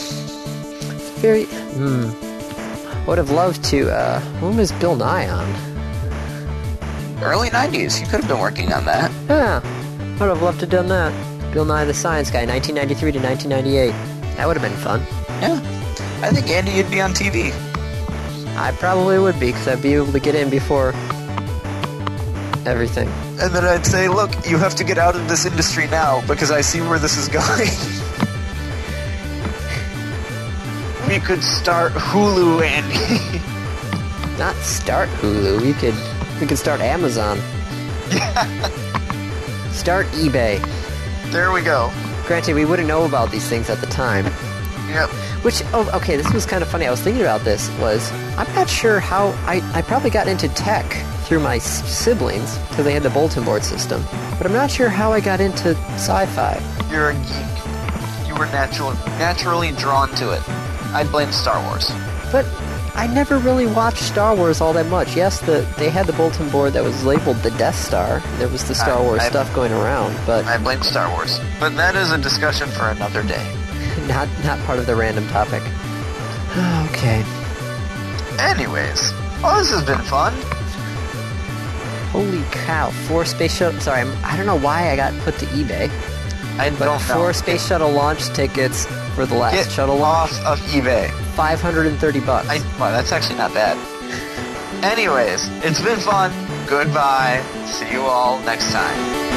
[SPEAKER 1] Very. Hmm. I would have loved to. Uh, when was Bill Nye on?
[SPEAKER 2] Early 90s. You could have been working on that.
[SPEAKER 1] Yeah, Ah, I would have loved to have done that. Bill Nye the Science Guy, 1993 to 1998. That would have been fun.
[SPEAKER 2] Yeah. I think, Andy, you'd be on TV.
[SPEAKER 1] I probably would be, because I'd be able to get in before everything.
[SPEAKER 2] And then I'd say, look, you have to get out of this industry now because I see where this is going. we could start Hulu, Andy.
[SPEAKER 1] Not start Hulu. We could we could start Amazon. Start eBay.
[SPEAKER 2] there we go.
[SPEAKER 1] Granted, we wouldn't know about these things at the time.
[SPEAKER 2] Yep.
[SPEAKER 1] Which, oh, okay, this was kind of funny. I was thinking about this. Was I'm not sure how I, I probably got into tech through my s- siblings because they had the bulletin board system, but I'm not sure how I got into sci-fi.
[SPEAKER 2] You're a geek. You were natural, naturally drawn to it. I'd blame Star Wars.
[SPEAKER 1] But I never really watched Star Wars all that much. Yes, the they had the bulletin board that was labeled the Death Star. There was the Star
[SPEAKER 2] I-
[SPEAKER 1] Wars
[SPEAKER 2] I-
[SPEAKER 1] stuff going around, but
[SPEAKER 2] I blame Star Wars. But that is a discussion for another day.
[SPEAKER 1] not not part of the random topic. Okay.
[SPEAKER 2] Anyways, well, this has been fun.
[SPEAKER 1] Holy cow! Four space shuttle. Sorry, I'm, I don't know why I got put to eBay.
[SPEAKER 2] I
[SPEAKER 1] But
[SPEAKER 2] don't
[SPEAKER 1] four
[SPEAKER 2] know.
[SPEAKER 1] space shuttle launch tickets for the last
[SPEAKER 2] Get
[SPEAKER 1] shuttle launch,
[SPEAKER 2] off of eBay.
[SPEAKER 1] 530 bucks.
[SPEAKER 2] I, wow, that's actually not bad. Anyways, it's been fun. Goodbye. See you all next time.